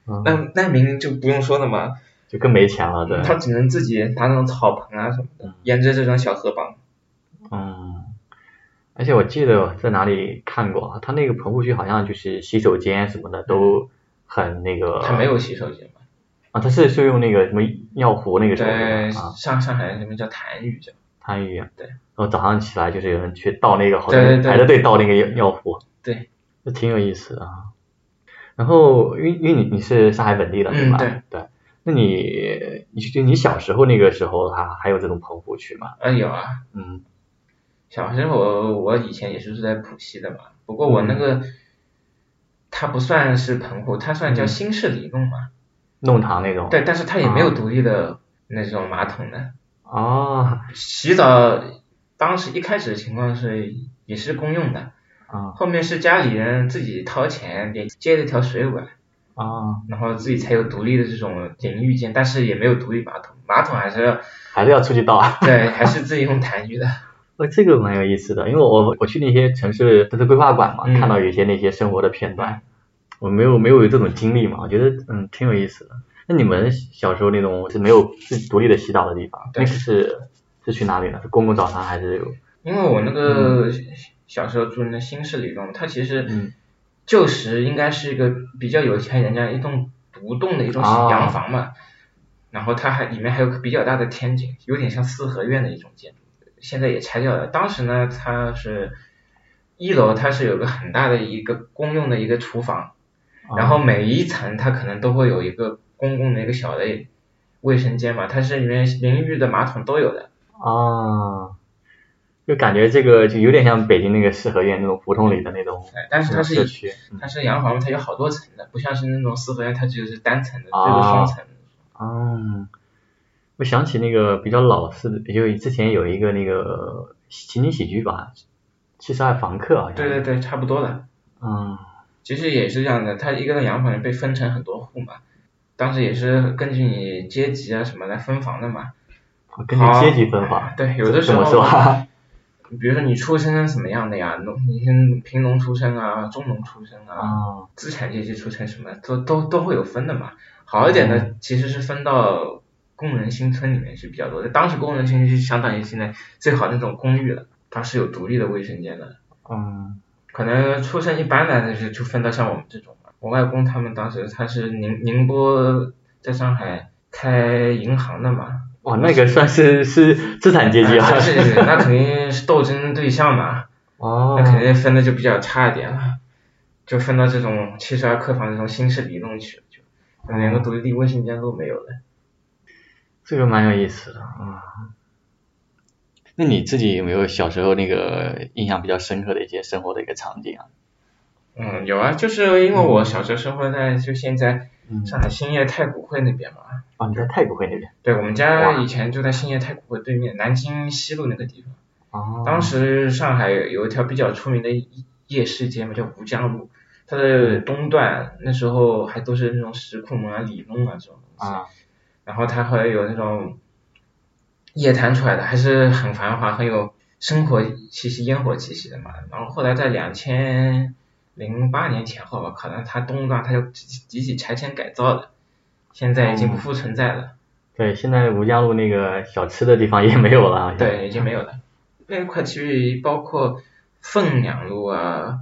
A: 嗯
B: 那那明明就不用说了嘛，
A: 就更没钱了，对，
B: 他只能自己拿那种草棚啊什么的，沿着这种小河浜。
A: 嗯，而且我记得在哪里看过，他那个棚户区好像就是洗手间什么的都很那个，
B: 他嗯没有洗手间嘛？
A: 啊，他是是用那个什么尿壶那个什么
B: 对，
A: 的啊，
B: 上上海人那边叫痰盂叫。
A: 参与，
B: 对，
A: 然后早上起来就是有人去倒那个，好
B: 对对
A: 像
B: 对
A: 排着队倒那个尿尿壶，
B: 对，
A: 这挺有意思的啊。然后因为因为你你是上海本地的对
B: 嗯
A: 吧？
B: 对
A: 对，那你你就你小时候那个时候还还有这种棚户区吗？
B: 啊，有啊，
A: 嗯
B: 小时候我我以前也是住在浦西的嘛，不过我那个、它不算是棚户，它算叫新式里弄嘛。
A: 弄堂那种，
B: 对，但是它也没有独立的那种马桶的。
A: 哦
B: 洗澡当时一开始的情况是也是公用的，
A: 啊
B: 后面是家里人自己掏钱连接了一条水管，
A: 啊，
B: 然后自己才有独立的这种淋浴间，但是也没有独立马桶，马桶还是要
A: 还是要出去倒啊。
B: 对还是自己用痰盂的。
A: 呃，这个蛮有意思的，因为我我去那些城市城市规划馆嘛，
B: 嗯
A: 看到有一些那些生活的片段，我没有没有这种经历嘛，我觉得嗯挺有意思的。那你们小时候那种是没有自己独立的洗澡的地方，那
B: 对
A: 个是是去哪里呢？是公共澡堂还是有？
B: 因为我那个小时候住那新式里弄，它其实
A: 嗯
B: 旧时应该是一个比较有钱人家一栋独栋的一种
A: 哦
B: 洋房嘛，然后它还里面还有个比较大的天井，有点像四合院的一种建筑，现在也拆掉了。当时呢，它是一楼它是有个很大的一个公用的一个厨房，
A: 啊
B: 然后每一层它可能都会有一个公共的一个小的卫生间嘛，它是里面淋浴的马桶都有的。
A: 啊，就感觉这个就有点像北京那个四合院那种胡同里的那种
B: 对但是它是
A: 社区，嗯
B: 它是洋房，它有好多层的，不像是那种四合院，它只有是单层的，
A: 啊
B: 这个双层的。
A: 哦，我想起那个比较老式的，就之前有一个那个情景喜剧吧，《七十二房客》好像。
B: 对对。对，差不多了。
A: 嗯
B: 其实也是这样的，它一个洋房被分成很多户嘛，当时也是根据你阶级啊什么来分房的嘛。
A: 根据阶级分
B: 啊
A: 法。
B: 对，有的时
A: 怎么
B: 候
A: 说啊，
B: 比如说你出身什么样的呀，农你是贫农出身啊，中农出身啊，
A: 啊，
B: 资产阶级出身什么，都都都会有分的嘛。好一点
A: 嗯
B: 的其实是分到工人新村里面是比较多的，当时工人新村相当于现在最好的那种公寓了，它是有独立的卫生间的。
A: 嗯
B: 可能出身一般的就就分到像我们这种了。我外公他们当时他是宁宁波在上海开银行的嘛，
A: 哇，那个算是 是资产阶级 啊。
B: 啊是是是，那肯定是斗争对象嘛，
A: 哦
B: 那，肯定分的就比较差一点了，就分到这种七十二客房这种新式里弄去了，就就连个独立卫生间都没有了。
A: 这个蛮有意思的啊。那你自己有没有小时候那个印象比较深刻的一些生活的一个场景啊？
B: 嗯，有啊，就是因为我小时候生活在就现在
A: 嗯
B: 上海兴业太古汇那边嘛，
A: 哦，你在太古汇那边。
B: 对我们家
A: 哇
B: 以前就在兴业太古汇对面南京西路那个地方。
A: 哦。
B: 当时上海有有一条比较出名的夜夜市街嘛，叫吴江路，它的东段那时候还都是那种石库门啊、里弄啊这种东西，
A: 啊，
B: 然后它会有那种夜摊出来的，还是很繁华、很有生活气息、烟火气息的嘛。然后后来在两千零八年前后吧，可能它东段它就集集体拆迁改造了，现在已经不复存在了。
A: 对，现在吴江路那个小吃的地方也没有了，好像。
B: 对，已经没有了。那一块区域包括凤阳路啊，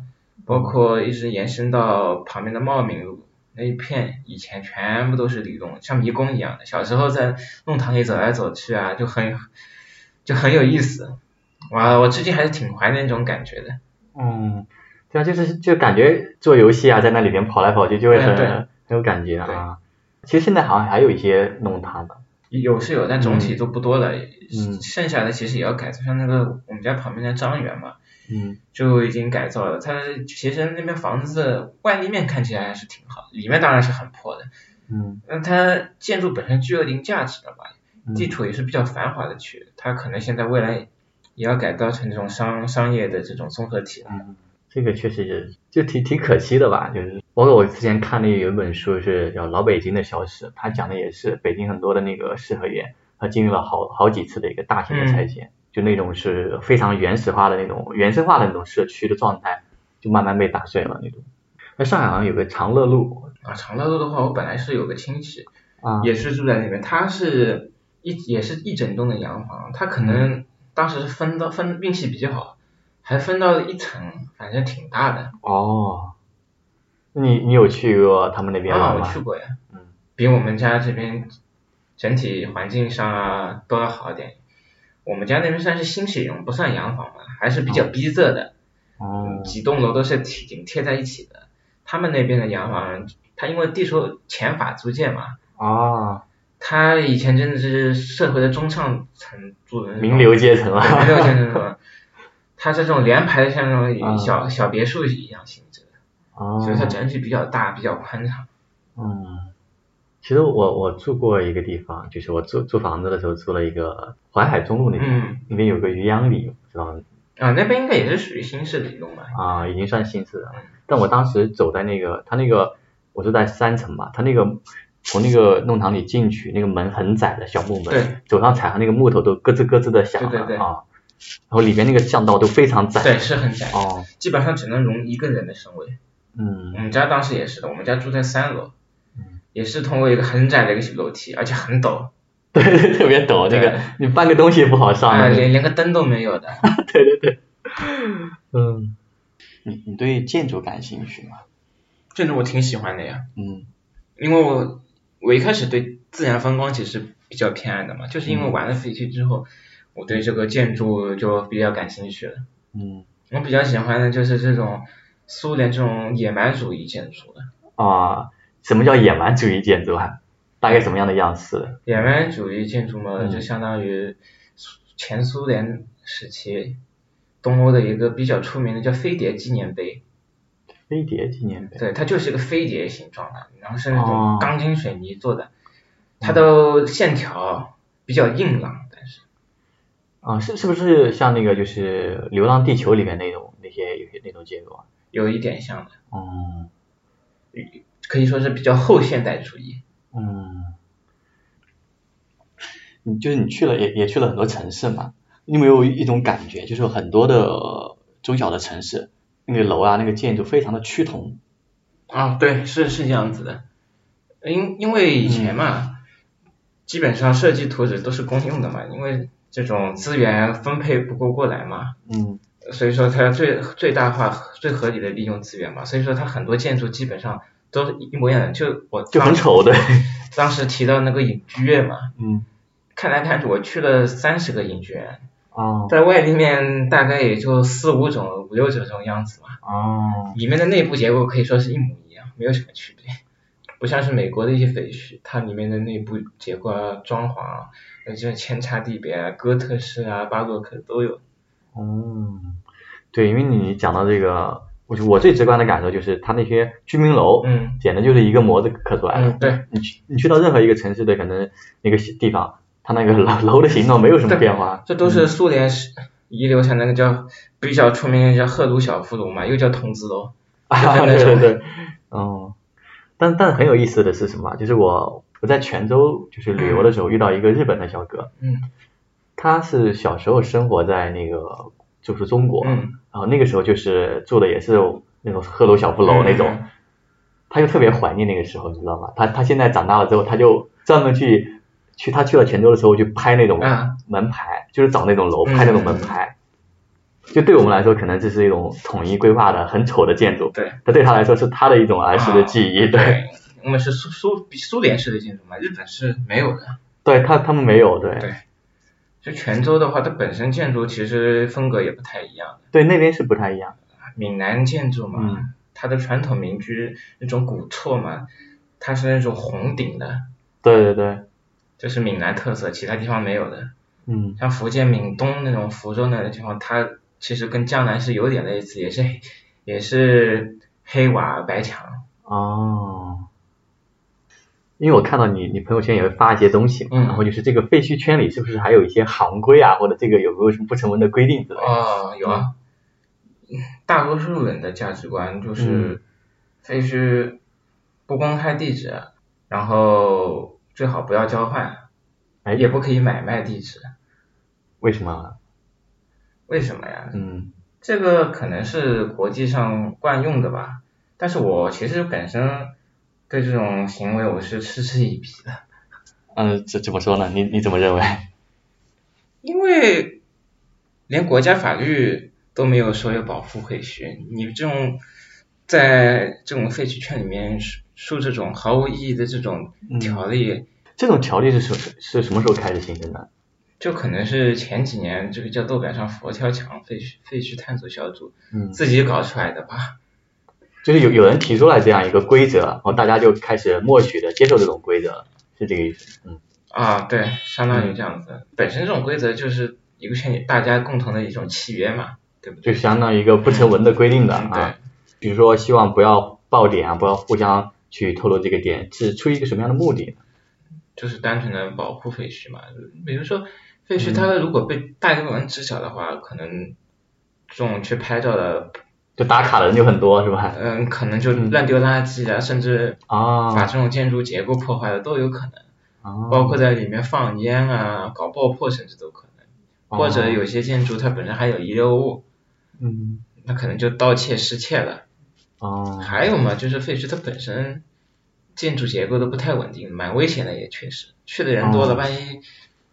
B: 包括一直延伸到旁边的茂名路，那一片以前全部都是绿洞，像迷宫一样的。小时候在弄堂里走来走去啊，就很就很有意思。哇，我至今还是挺怀念那种感觉的。
A: 嗯，对啊，就是就感觉做游戏啊，在那里边跑来跑去就会很
B: 哎对
A: 很有感觉啊。其实现在好像还有一些弄堂的，
B: 有是有，但总体都不多了。
A: 嗯
B: 剩下的其实也要改造，像那个我们家旁边的张园嘛，
A: 嗯
B: 就已经改造了。它其实那边房子外立面看起来还是挺好，里面当然是很破的。
A: 嗯
B: 那它建筑本身具有一定价值了吧？
A: 嗯
B: 地处也是比较繁华的区域，它可能现在未来也要改造成这种商商业的这种综合体了。
A: 嗯，这个确实是就挺挺可惜的吧，就是包括我之前看的有一本书是叫《老北京的消失》，它讲的也是北京很多的那个四合院，它经历了好好几次的一个大型的拆
B: 嗯
A: 迁，就那种是非常原始化的那种原生化的那种社区的状态，就慢慢被打碎了那种。那上海好像有个长乐路
B: 啊，长乐路的话，我本来是有个亲戚，
A: 啊，
B: 也是住在那边，他是一也是一整栋的洋房，他可能当时分到分运气比较好，还分到了一层，反正挺大的。
A: 哦，你你有去过他们那边
B: 啊，
A: 玩
B: 我
A: 吗？
B: 去过呀，
A: 嗯
B: 比我们家这边整体环境上啊都要好一点。我们家那边算是新写用，不算洋房嘛，还是比较逼仄的。
A: 哦，
B: 几栋楼都是贴紧贴在一起的。他们那边的洋房，他因为地处前法租界嘛，
A: 啊，
B: 他以前真的是社会的中上层住的那种
A: 名流阶层啊，
B: 名流阶层嘛。他这种连排的像那
A: 嗯
B: 种小、小别墅一样性质的，
A: 哦，
B: 所以它整体比较大，比较宽敞。
A: 嗯，其实我我住过一个地方，就是我租租房子的时候住了一个淮海中路那边，
B: 嗯，
A: 那边有个渔阳里，不知道
B: 啊，那边应该也是属于新式里弄吧？
A: 啊，已经算新式
B: 嗯
A: 了。但我当时走在那个，他那个我住在三层嘛，他那个从那个弄堂里进去，那个门很窄的小木
B: 对
A: 门，走上踩上那个木头都咯吱咯吱的响了
B: 对对对
A: 啊，然后里面那个巷道都非常窄。
B: 对，是很窄，
A: 哦，
B: 基本上只能容一个人的身位。我
A: 嗯
B: 们家当时也是的，我们家住在三楼
A: 嗯，
B: 也是通过一个很窄的一个楼梯，而且很陡，
A: 对，特别陡，那个
B: 对
A: 你搬个东西也不好上。
B: 啊，
A: 那个
B: 连连个灯都没有的。
A: 嗯，你你对建筑感兴趣吗？
B: 建筑我挺喜欢的呀，
A: 嗯
B: 因为我我一开始对自然风光其实比较偏爱的嘛，就是因为玩了废墟之后，我对这个建筑就比较感兴趣了。
A: 嗯
B: 我比较喜欢的就是这种苏联这种野蛮主义建筑了。
A: 啊，什么叫野蛮主义建筑啊？大概什么样的样式？
B: 野蛮主义建筑嘛，
A: 嗯
B: 就相当于苏前苏联时期东欧的一个比较出名的叫飞碟纪念碑。
A: 飞碟纪念碑。
B: 对，它就是一个飞碟形状的，然后是那
A: 哦
B: 种钢筋水泥做的，它的线条比较硬朗，但是
A: 啊，是是不是像那个就是《流浪地球》里面那种那些有些那种建筑啊？
B: 有一点像的，
A: 嗯
B: 可以说是比较后现代主义。
A: 嗯，你就是你去了也也去了很多城市嘛，你有没有一种感觉，就是很多的中小的城市，那个楼啊，那个建筑非常的趋同。
B: 啊，对，是是这样子的，嗯因因为以前嘛，基本上设计图纸都是公用的嘛，因为这种资源分配不够过来嘛，
A: 嗯
B: 所以说它最最大化、最合理的利用资源嘛，所以说它很多建筑基本上都是一模一样的，就我
A: 就很
B: 当
A: 丑 对。
B: 当时提到那个隐居院嘛，
A: 嗯
B: 看来看去，我去了三十个影剧院，
A: 哦
B: 在外立面大概也就四五种、五六种这种样子吧。
A: 哦
B: 里面的内部结构可以说是一模一样，没有什么区别。不像是美国的一些废墟，它里面的内部结构啊、装潢啊，呃，就是千差地别啊，哥特式啊、巴洛克都有。
A: 哦，对，因为你讲到这个，我就我最直观的感受就是，它那些居民楼，
B: 嗯
A: 简直就是一个模子刻出来的。
B: 嗯，对，
A: 你去你去到任何一个城市的可能那个地方，它那个楼楼的形状没有什么
B: 对
A: 变化。
B: 这都是苏联时遗留下那个叫比较出名的叫赫鲁晓夫楼嘛，又叫筒子楼。
A: 啊，
B: 就
A: 对
B: 是那
A: 对
B: 种
A: 对，嗯，但但很有意思的是什么？啊就是我我在泉州就是旅游的时候遇到一个日本的小哥，
B: 嗯
A: 他是小时候生活在那个就是中国，
B: 嗯，
A: 然啊后那个时候就是住的也是那种赫鲁晓夫楼那种，
B: 嗯
A: 他就特别怀念那个时候，你知道吗？他他现在长大了之后，他就专门去去他去了泉州的时候去拍那种
B: 啊
A: 门牌，就是找那种楼
B: 嗯
A: 拍那种门牌。就对我们来说，可能这是一种统一规划的很丑的建筑，
B: 对，啊
A: 但对他来说是他的一种儿时的记忆，对，
B: 对，我们是苏苏苏联式的建筑嘛，日本是没有的。
A: 对他他们没有，对
B: 对就泉州的话，它本身建筑其实风格也不太一样。
A: 对那边是不太一样。
B: 闽南建筑嘛，
A: 嗯
B: 它的传统民居那种古厝嘛，它是那种红顶的，
A: 对对对，
B: 这是闽南特色，其他地方没有的。
A: 嗯，
B: 像福建闽东那种福州那种地方，它其实跟江南是有点类似，也是也是黑瓦白墙。
A: 哦，因为我看到你你朋友圈也会发一些东西嘛，
B: 嗯
A: 然后就是这个废墟圈里是不是还有一些行规啊，或者这个有没有什么不成文的规定之类的？
B: 哦，有啊。大多数人的价值观就是
A: 嗯
B: 废墟不公开地址，然后最好不要交换，
A: 哎，
B: 也不可以买卖地址。
A: 为什么？
B: 为什么呀？
A: 嗯
B: 这个可能是国际上惯用的吧，但是我其实本身对这种行为我是嗤之以鼻的，
A: 嗯，这怎么说呢？你你怎么认为？
B: 因为连国家法律都没有说要保护废墟，你这种在这种废墟圈里面树树这种毫无意义的这种条例，
A: 这种条例是什是什么时候开始形成的？
B: 就可能是前几年这个叫豆瓣上佛跳墙废墟废墟探索小组
A: 嗯，
B: 自己搞出来的吧。
A: 就是有有人提出来这样一个规则，然后大家就开始默许的接受这种规则了，是这个意思？嗯
B: 啊，对，相当于这样子。本身这种规则就是一个圈里大家共同的一种契约嘛，对不对？
A: 就相当于一个不成文的规定的
B: 嗯，对
A: 啊。。比如说，希望不要爆点啊，不要互相去透露这个点，是出于一个什么样的目的？
B: 就是单纯的保护废墟嘛。比如说废墟，它如果被大众人知晓的话，可能这种去拍照的，
A: 就打卡的人就很多，是吧？
B: 嗯，可能就
A: 嗯
B: 乱丢垃圾啊，甚至把
A: 啊，
B: 这种建筑结构破坏了都有可能，
A: 啊
B: 包括在里面放烟啊、搞爆破，甚至都可能。
A: 啊
B: 或者有些建筑它本身还有遗留物，
A: 嗯，
B: 那可能就盗窃失窃了。
A: 哦，
B: 还有嘛，就是废墟它本身建筑结构都不太稳定，蛮危险的，也确实去的人多了，
A: 哦
B: 万一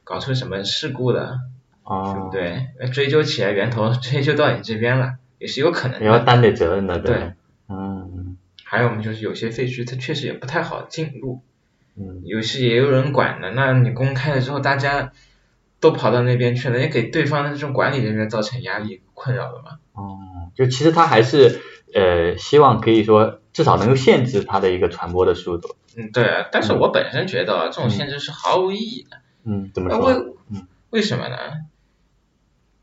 B: 搞出什么事故了，
A: 哦，
B: 对不对？呃追究起来源头 追究到你这边了，也是有可能
A: 也要
B: 的。
A: 担点责任的，
B: 对
A: 对，嗯
B: 还有我们就是有些废墟它确实也不太好进入，
A: 嗯，
B: 有些也有人管的，那你公开了之后，大家都跑到那边去了，也给对方的这种管理人员造成压力困扰了嘛。
A: 哦，就其实他还是呃，希望可以说至少能够限制它的一个传播的速度。
B: 嗯，对啊，但是我本身觉得啊这种限制是毫无意义的。
A: 嗯，怎么
B: 那
A: 说？
B: 为
A: 嗯
B: 为什么呢？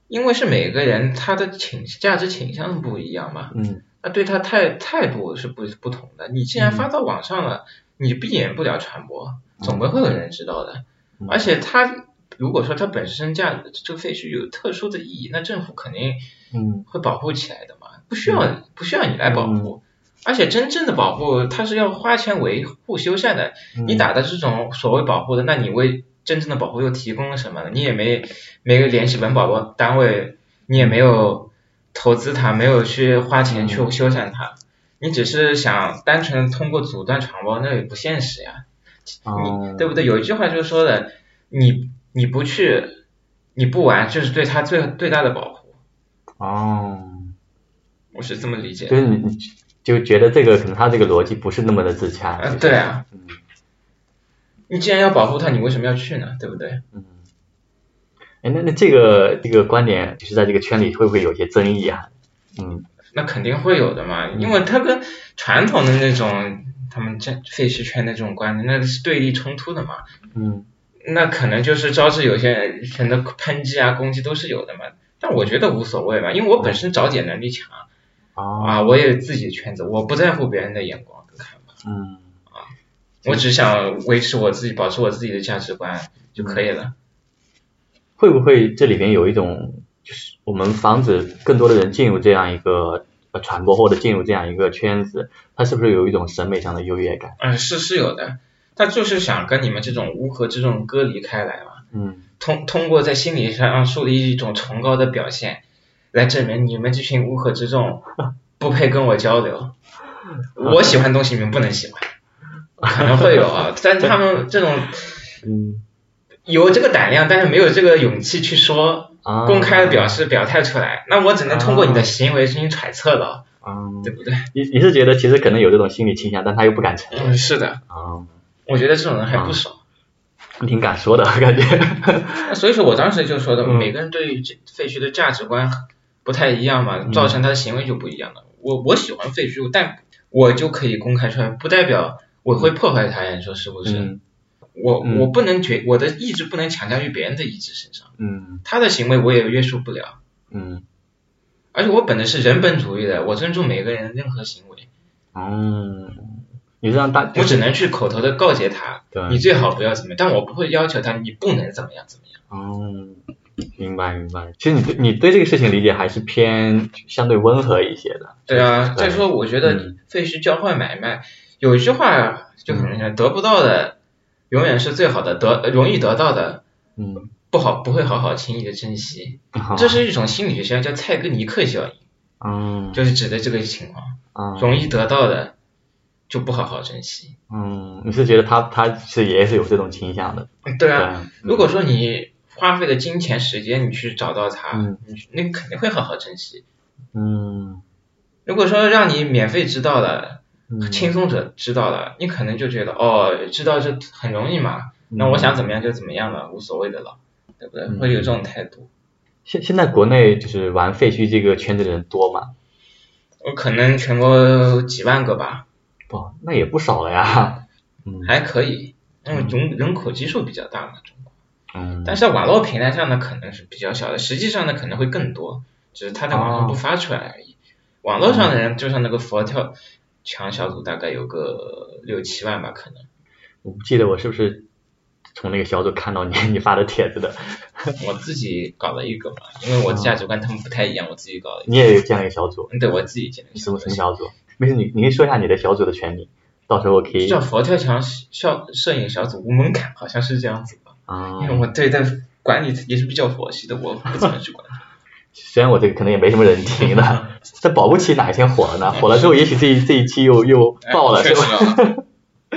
B: 因为是每个人他的倾价值倾向不一样嘛，
A: 嗯
B: 那对他态态度是不不同的。你既然发到网上了，你避免不了传播，总归会有人知道的。
A: 嗯
B: 而且他如果说他本身价这个废墟有特殊的意义，那政府肯定
A: 嗯
B: 会保护起来的嘛，不需要、不需要你来保护。而且真正的保护，它是要花钱维护修缮的，
A: 嗯，
B: 你打的这种所谓保护的，那你为真正的保护又提供了什么呢？你也没没有联系文保单位，你也没有投资它，没有去花钱去
A: 嗯
B: 修缮它，你只是想单纯通过阻断传播，那也不现实呀，
A: 哦
B: 你对不对？有一句话就是说的，你你不去，你不玩，就是对它最最大的保护，
A: 哦，
B: 我是这么理解
A: 就
B: 的。
A: 是你你就觉得这个可能他这个逻辑不是那么的自洽。
B: 啊
A: 就，是
B: 对，啊，
A: 嗯。
B: 你既然要保护它，你为什么要去呢？对不对？
A: 嗯，哎，那那这个这个观点，就是在这个圈里会不会有些争议啊？嗯
B: 那肯定会有的嘛，因为它跟传统的那种他们这废墟圈的这种观念，那个是对立冲突的嘛，
A: 嗯
B: 那可能就是招致有些人的抨击啊、攻击都是有的嘛。但我觉得无所谓嘛，因为我本身找点能力强
A: 啊
B: 啊，我也有自己的圈子，我不在乎别人的眼光跟看法，
A: 嗯
B: 我只想维持我自己，保持我自己的价值观就可以了。
A: 会不会这里边有一种，就是我们防止更多的人进入这样一个呃传播或者进入这样一个圈子，它是不是有一种审美上的优越感？
B: 嗯，是是有的，他就是想跟你们这种乌合之众割离开来嘛。
A: 嗯
B: 通通过在心理上树立一种崇高的表现，来证明你们这群乌合之 众不配跟我交流。我喜欢的东西你们不能 喜欢，可能会有啊，但他们这种
A: 嗯
B: 有这个胆量，但是没有这个勇气去说，
A: 啊，
B: 公开的表示表态出来，那我只能通过你的行为进行揣测了。
A: 嗯，
B: 对不对？
A: 你你是觉得其实可能有这种心理倾向，但他又不敢承认
B: 嗯，是的，
A: 啊、
B: 我觉得这种人还不少。
A: 嗯，挺敢说的 感觉，
B: 那所以说我当时就说的，
A: 嗯
B: 每个人对于这废墟的价值观不太一
A: 嗯
B: 样嘛，造成他的行为就不一样了。我我喜欢废墟，但我就可以公开出来，不代表我会破坏它呀，你说是不是？
A: 嗯
B: 我
A: 嗯
B: 我不能决，我的意志不能强加于别人的意志身上，
A: 嗯
B: 他的行为我也约束不了。
A: 嗯
B: 而且我本人是人本主义的，我尊重每个人任何行为，
A: 嗯，你是让大
B: 我只能去口头的告诫他，
A: 对，
B: 你最好不要怎么样，但我不会要求他你不能怎么样怎么样。
A: 哦，明白明白。其实你对你对这个事情理解还是偏相对温和一些的。
B: 对啊，再说我觉得
A: 嗯
B: 废墟交换买卖，有一句话就很明显，得不到的永远是最好的，得容易得到的
A: 嗯，
B: 不好不会好好轻易的珍惜，
A: 好
B: 这是一种心理学家叫蔡格尼克效应，
A: 嗯
B: 就是指的这个情况，
A: 嗯
B: 容易得到的就不好好珍惜。
A: 嗯，你是觉得他他是也是有这种倾向的？
B: 对
A: 对
B: 啊，，如果说你花费了金钱时间，你去找到它，
A: 嗯
B: 你去那肯定会好好珍惜。
A: 嗯
B: 如果说让你免费知道了，
A: 嗯，
B: 轻松者知道了，你可能就觉得哦，知道这很容易嘛，那我想怎么样就怎么样了，无所谓的了，对不对？
A: 嗯
B: 会有这种态度。
A: 现现在国内就是玩废墟这个圈子的人多吗？
B: 我可能全国几万个吧，
A: 不，那也不少了呀。嗯
B: 还可以，因为人人口基数比较大嘛。中国
A: 嗯，
B: 但是在网络平台上呢，可能是比较小的，实际上呢可能会更多，只是它在网上不发出来而
A: 哦
B: 已。网络上的人，就像那个佛跳墙小组，大概有个六七万吧，可能。
A: 我不记得我是不是从那个小组看到你 你发的帖子的，
B: 我自己搞了一个嘛，因为我价值观他们不太一样，我自己搞了一
A: 你也有这样一个小组？
B: 个，对我自己建的一
A: 什么什
B: 个
A: 么小组？没事，你你可以说一下你的小组的全名，到时候我可以
B: 叫佛跳墙效摄影小组无门槛，好像是这样子吧。
A: 啊、
B: 因为我对待管理也是比较佛系的，我不怎么去管。
A: 虽然我这个可能也没什么人听的， 但保不齐哪一天火了呢？火了之后，也许这一这一期又又 爆了，
B: 哎
A: 是
B: 确实
A: 吧？
B: 啊，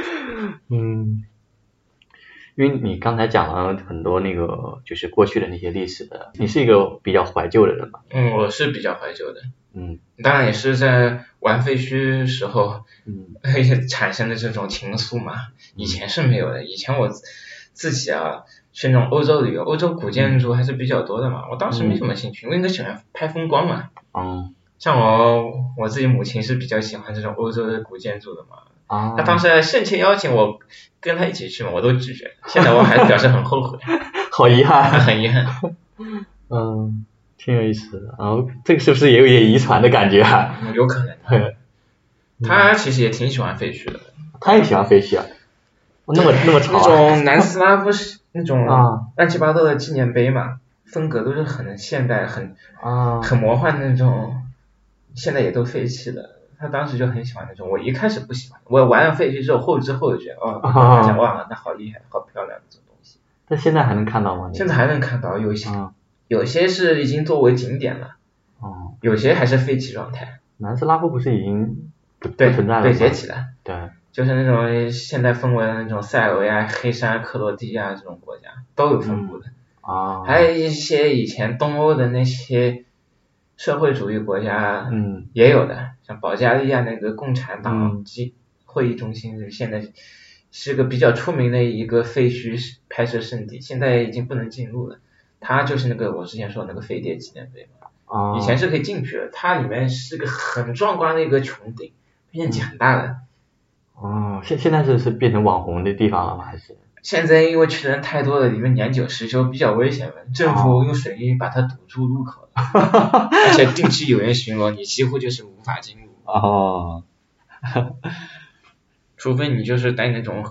A: 嗯，因为你刚才讲了很多那个就是过去的那些历史的，你是一个比较怀旧的人嘛？
B: 嗯，我是比较怀旧的，
A: 嗯
B: 当然也是在玩废墟时候
A: 嗯
B: 产生的这种情愫嘛。以前是没有的，以前我自自己啊去那种欧洲旅游，欧洲古建筑还是比较多的嘛。我当时没什么兴趣，因为应该喜欢拍风光嘛。
A: 嗯
B: 像我我自己母亲是比较喜欢这种欧洲的古建筑的嘛，
A: 啊，
B: 她当时还盛情邀请我跟她一起去嘛，我都拒绝了。现在我还表示很后 悔，
A: 好遗憾，
B: 很遗憾。
A: 嗯，挺有意思的。然后这个是不是也有点遗传的感觉啊？
B: 嗯有可能，她其实也挺喜欢废墟的，
A: 他也喜欢飞行啊，那么那么潮
B: 那
A: 啊
B: 种南斯拉夫是那种
A: 啊
B: 乱七八糟的纪念碑嘛，风格都是很现代、很
A: 啊，
B: 很魔幻的那种，现在也都废弃了。她当时就很喜欢那种，我一开始不喜欢，我玩了废墟之后后知后觉， 哦，发现哇，那好厉害，好漂亮这种东西。
A: 那现在还能看到吗？
B: 现在还能看到，有一些、
A: 啊
B: 有些是已经作为景点了，
A: 哦，
B: 有些还是废弃状态。
A: 南斯拉夫不是已经不不
B: 对，
A: 存在了
B: 对，
A: 吗？
B: 崛起了，
A: 对，
B: 就是那种现代风文的那种塞尔维亚、黑山、克罗地亚这种国家都有分布的，
A: 啊，
B: 还有一些以前东欧的那些社会主义国家
A: 嗯
B: 也有的，像保加利亚那个共产党
A: 嗯
B: 集会议中心，现在是个比较出名的一个废墟拍摄圣地，现在已经不能进入了。它就是那个我之前说的那个飞碟纪念碑嘛。
A: 啊，
B: 以前是可以进去的，它里面是个很壮观的一个穹顶，面积很大的。
A: 哦，现现在是是变成网红的地方了吗？还是
B: 现在因为去的人太多了，里面年久失修，比较危险嘛。政
A: 哦
B: 府用水泥把它堵住入口 了，而且定期有人巡逻，你几乎就是无法进入，
A: 哦，
B: 除非你就是带那种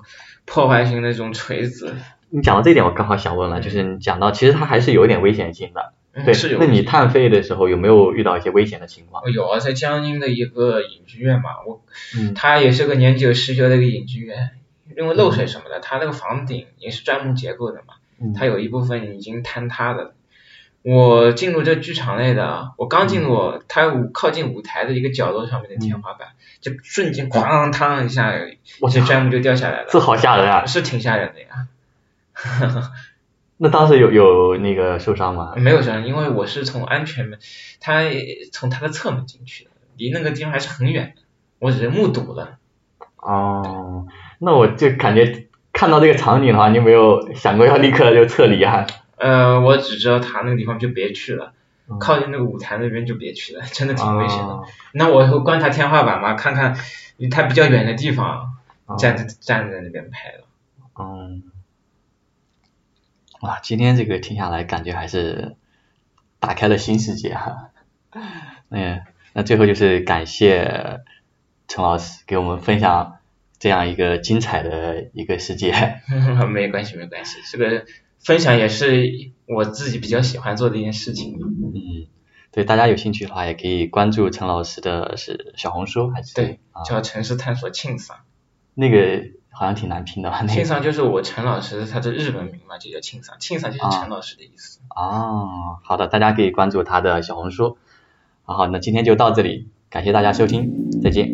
B: 破坏性的那种锤子。
A: 你
B: 嗯
A: 讲到这一点，我刚好想问了，就是你讲到其实它还是有一点危险性的，
B: 嗯
A: 对
B: 是，有
A: 那你探飞的时候有没有遇到一些危险的情况？
B: 我有啊，在江阴的一个影剧院嘛，我
A: 嗯
B: 它也是个年久失修的一个影剧院，因为漏水什么的，它那个房顶也是砖木结构的嘛，
A: 嗯
B: 它有一部分已经坍塌了。我进入这剧场内的，啊我刚
A: 嗯
B: 进入，它舞靠近舞台的一个角落上面的天花板，就瞬间哐当一下，
A: 嗯我
B: 这
A: 操
B: 砖木就掉下来了，
A: 这好吓人啊！
B: 是挺吓人的呀。
A: 那当时有有那
B: 嗯
A: 个受伤吗？
B: 没有人，因为我是从安全门，它从它的侧门进去的，离那个地方还是很远的，我人目睹了。
A: 哦，那我就感觉看到这个场景的话，你有没有想过要立刻就撤离啊？
B: 呃，我只知道他那个地方就别去了，
A: 嗯
B: 靠近那个舞台那边就别去了，真的挺危险的。
A: 哦
B: 那我会观察天花板嘛，看看离它比较远的地方，
A: 哦
B: 站在站在那边拍了。
A: 嗯，哇，今天这个听下来，感觉还是打开了新世界哈、 嗯，那最后就是感谢陈老师给我们分享这样一个精彩的一个世界。
B: 没关系，没关系，这个分享也是我自己比较喜欢做的一件事情。
A: 嗯，对，大家有兴趣的话，也可以关注陈老师的是小红书还是
B: 对
A: 啊，
B: 叫城市探索庆桑，
A: 那个好像挺难拼的吧？那
B: 庆
A: 个
B: 桑就是我陈老师他的日本名嘛，就叫庆桑，庆桑就是陈老师的意思。
A: 哦，好的，大家可以关注他的小红书。好好，那今天就到这里，感谢大家收听，再见。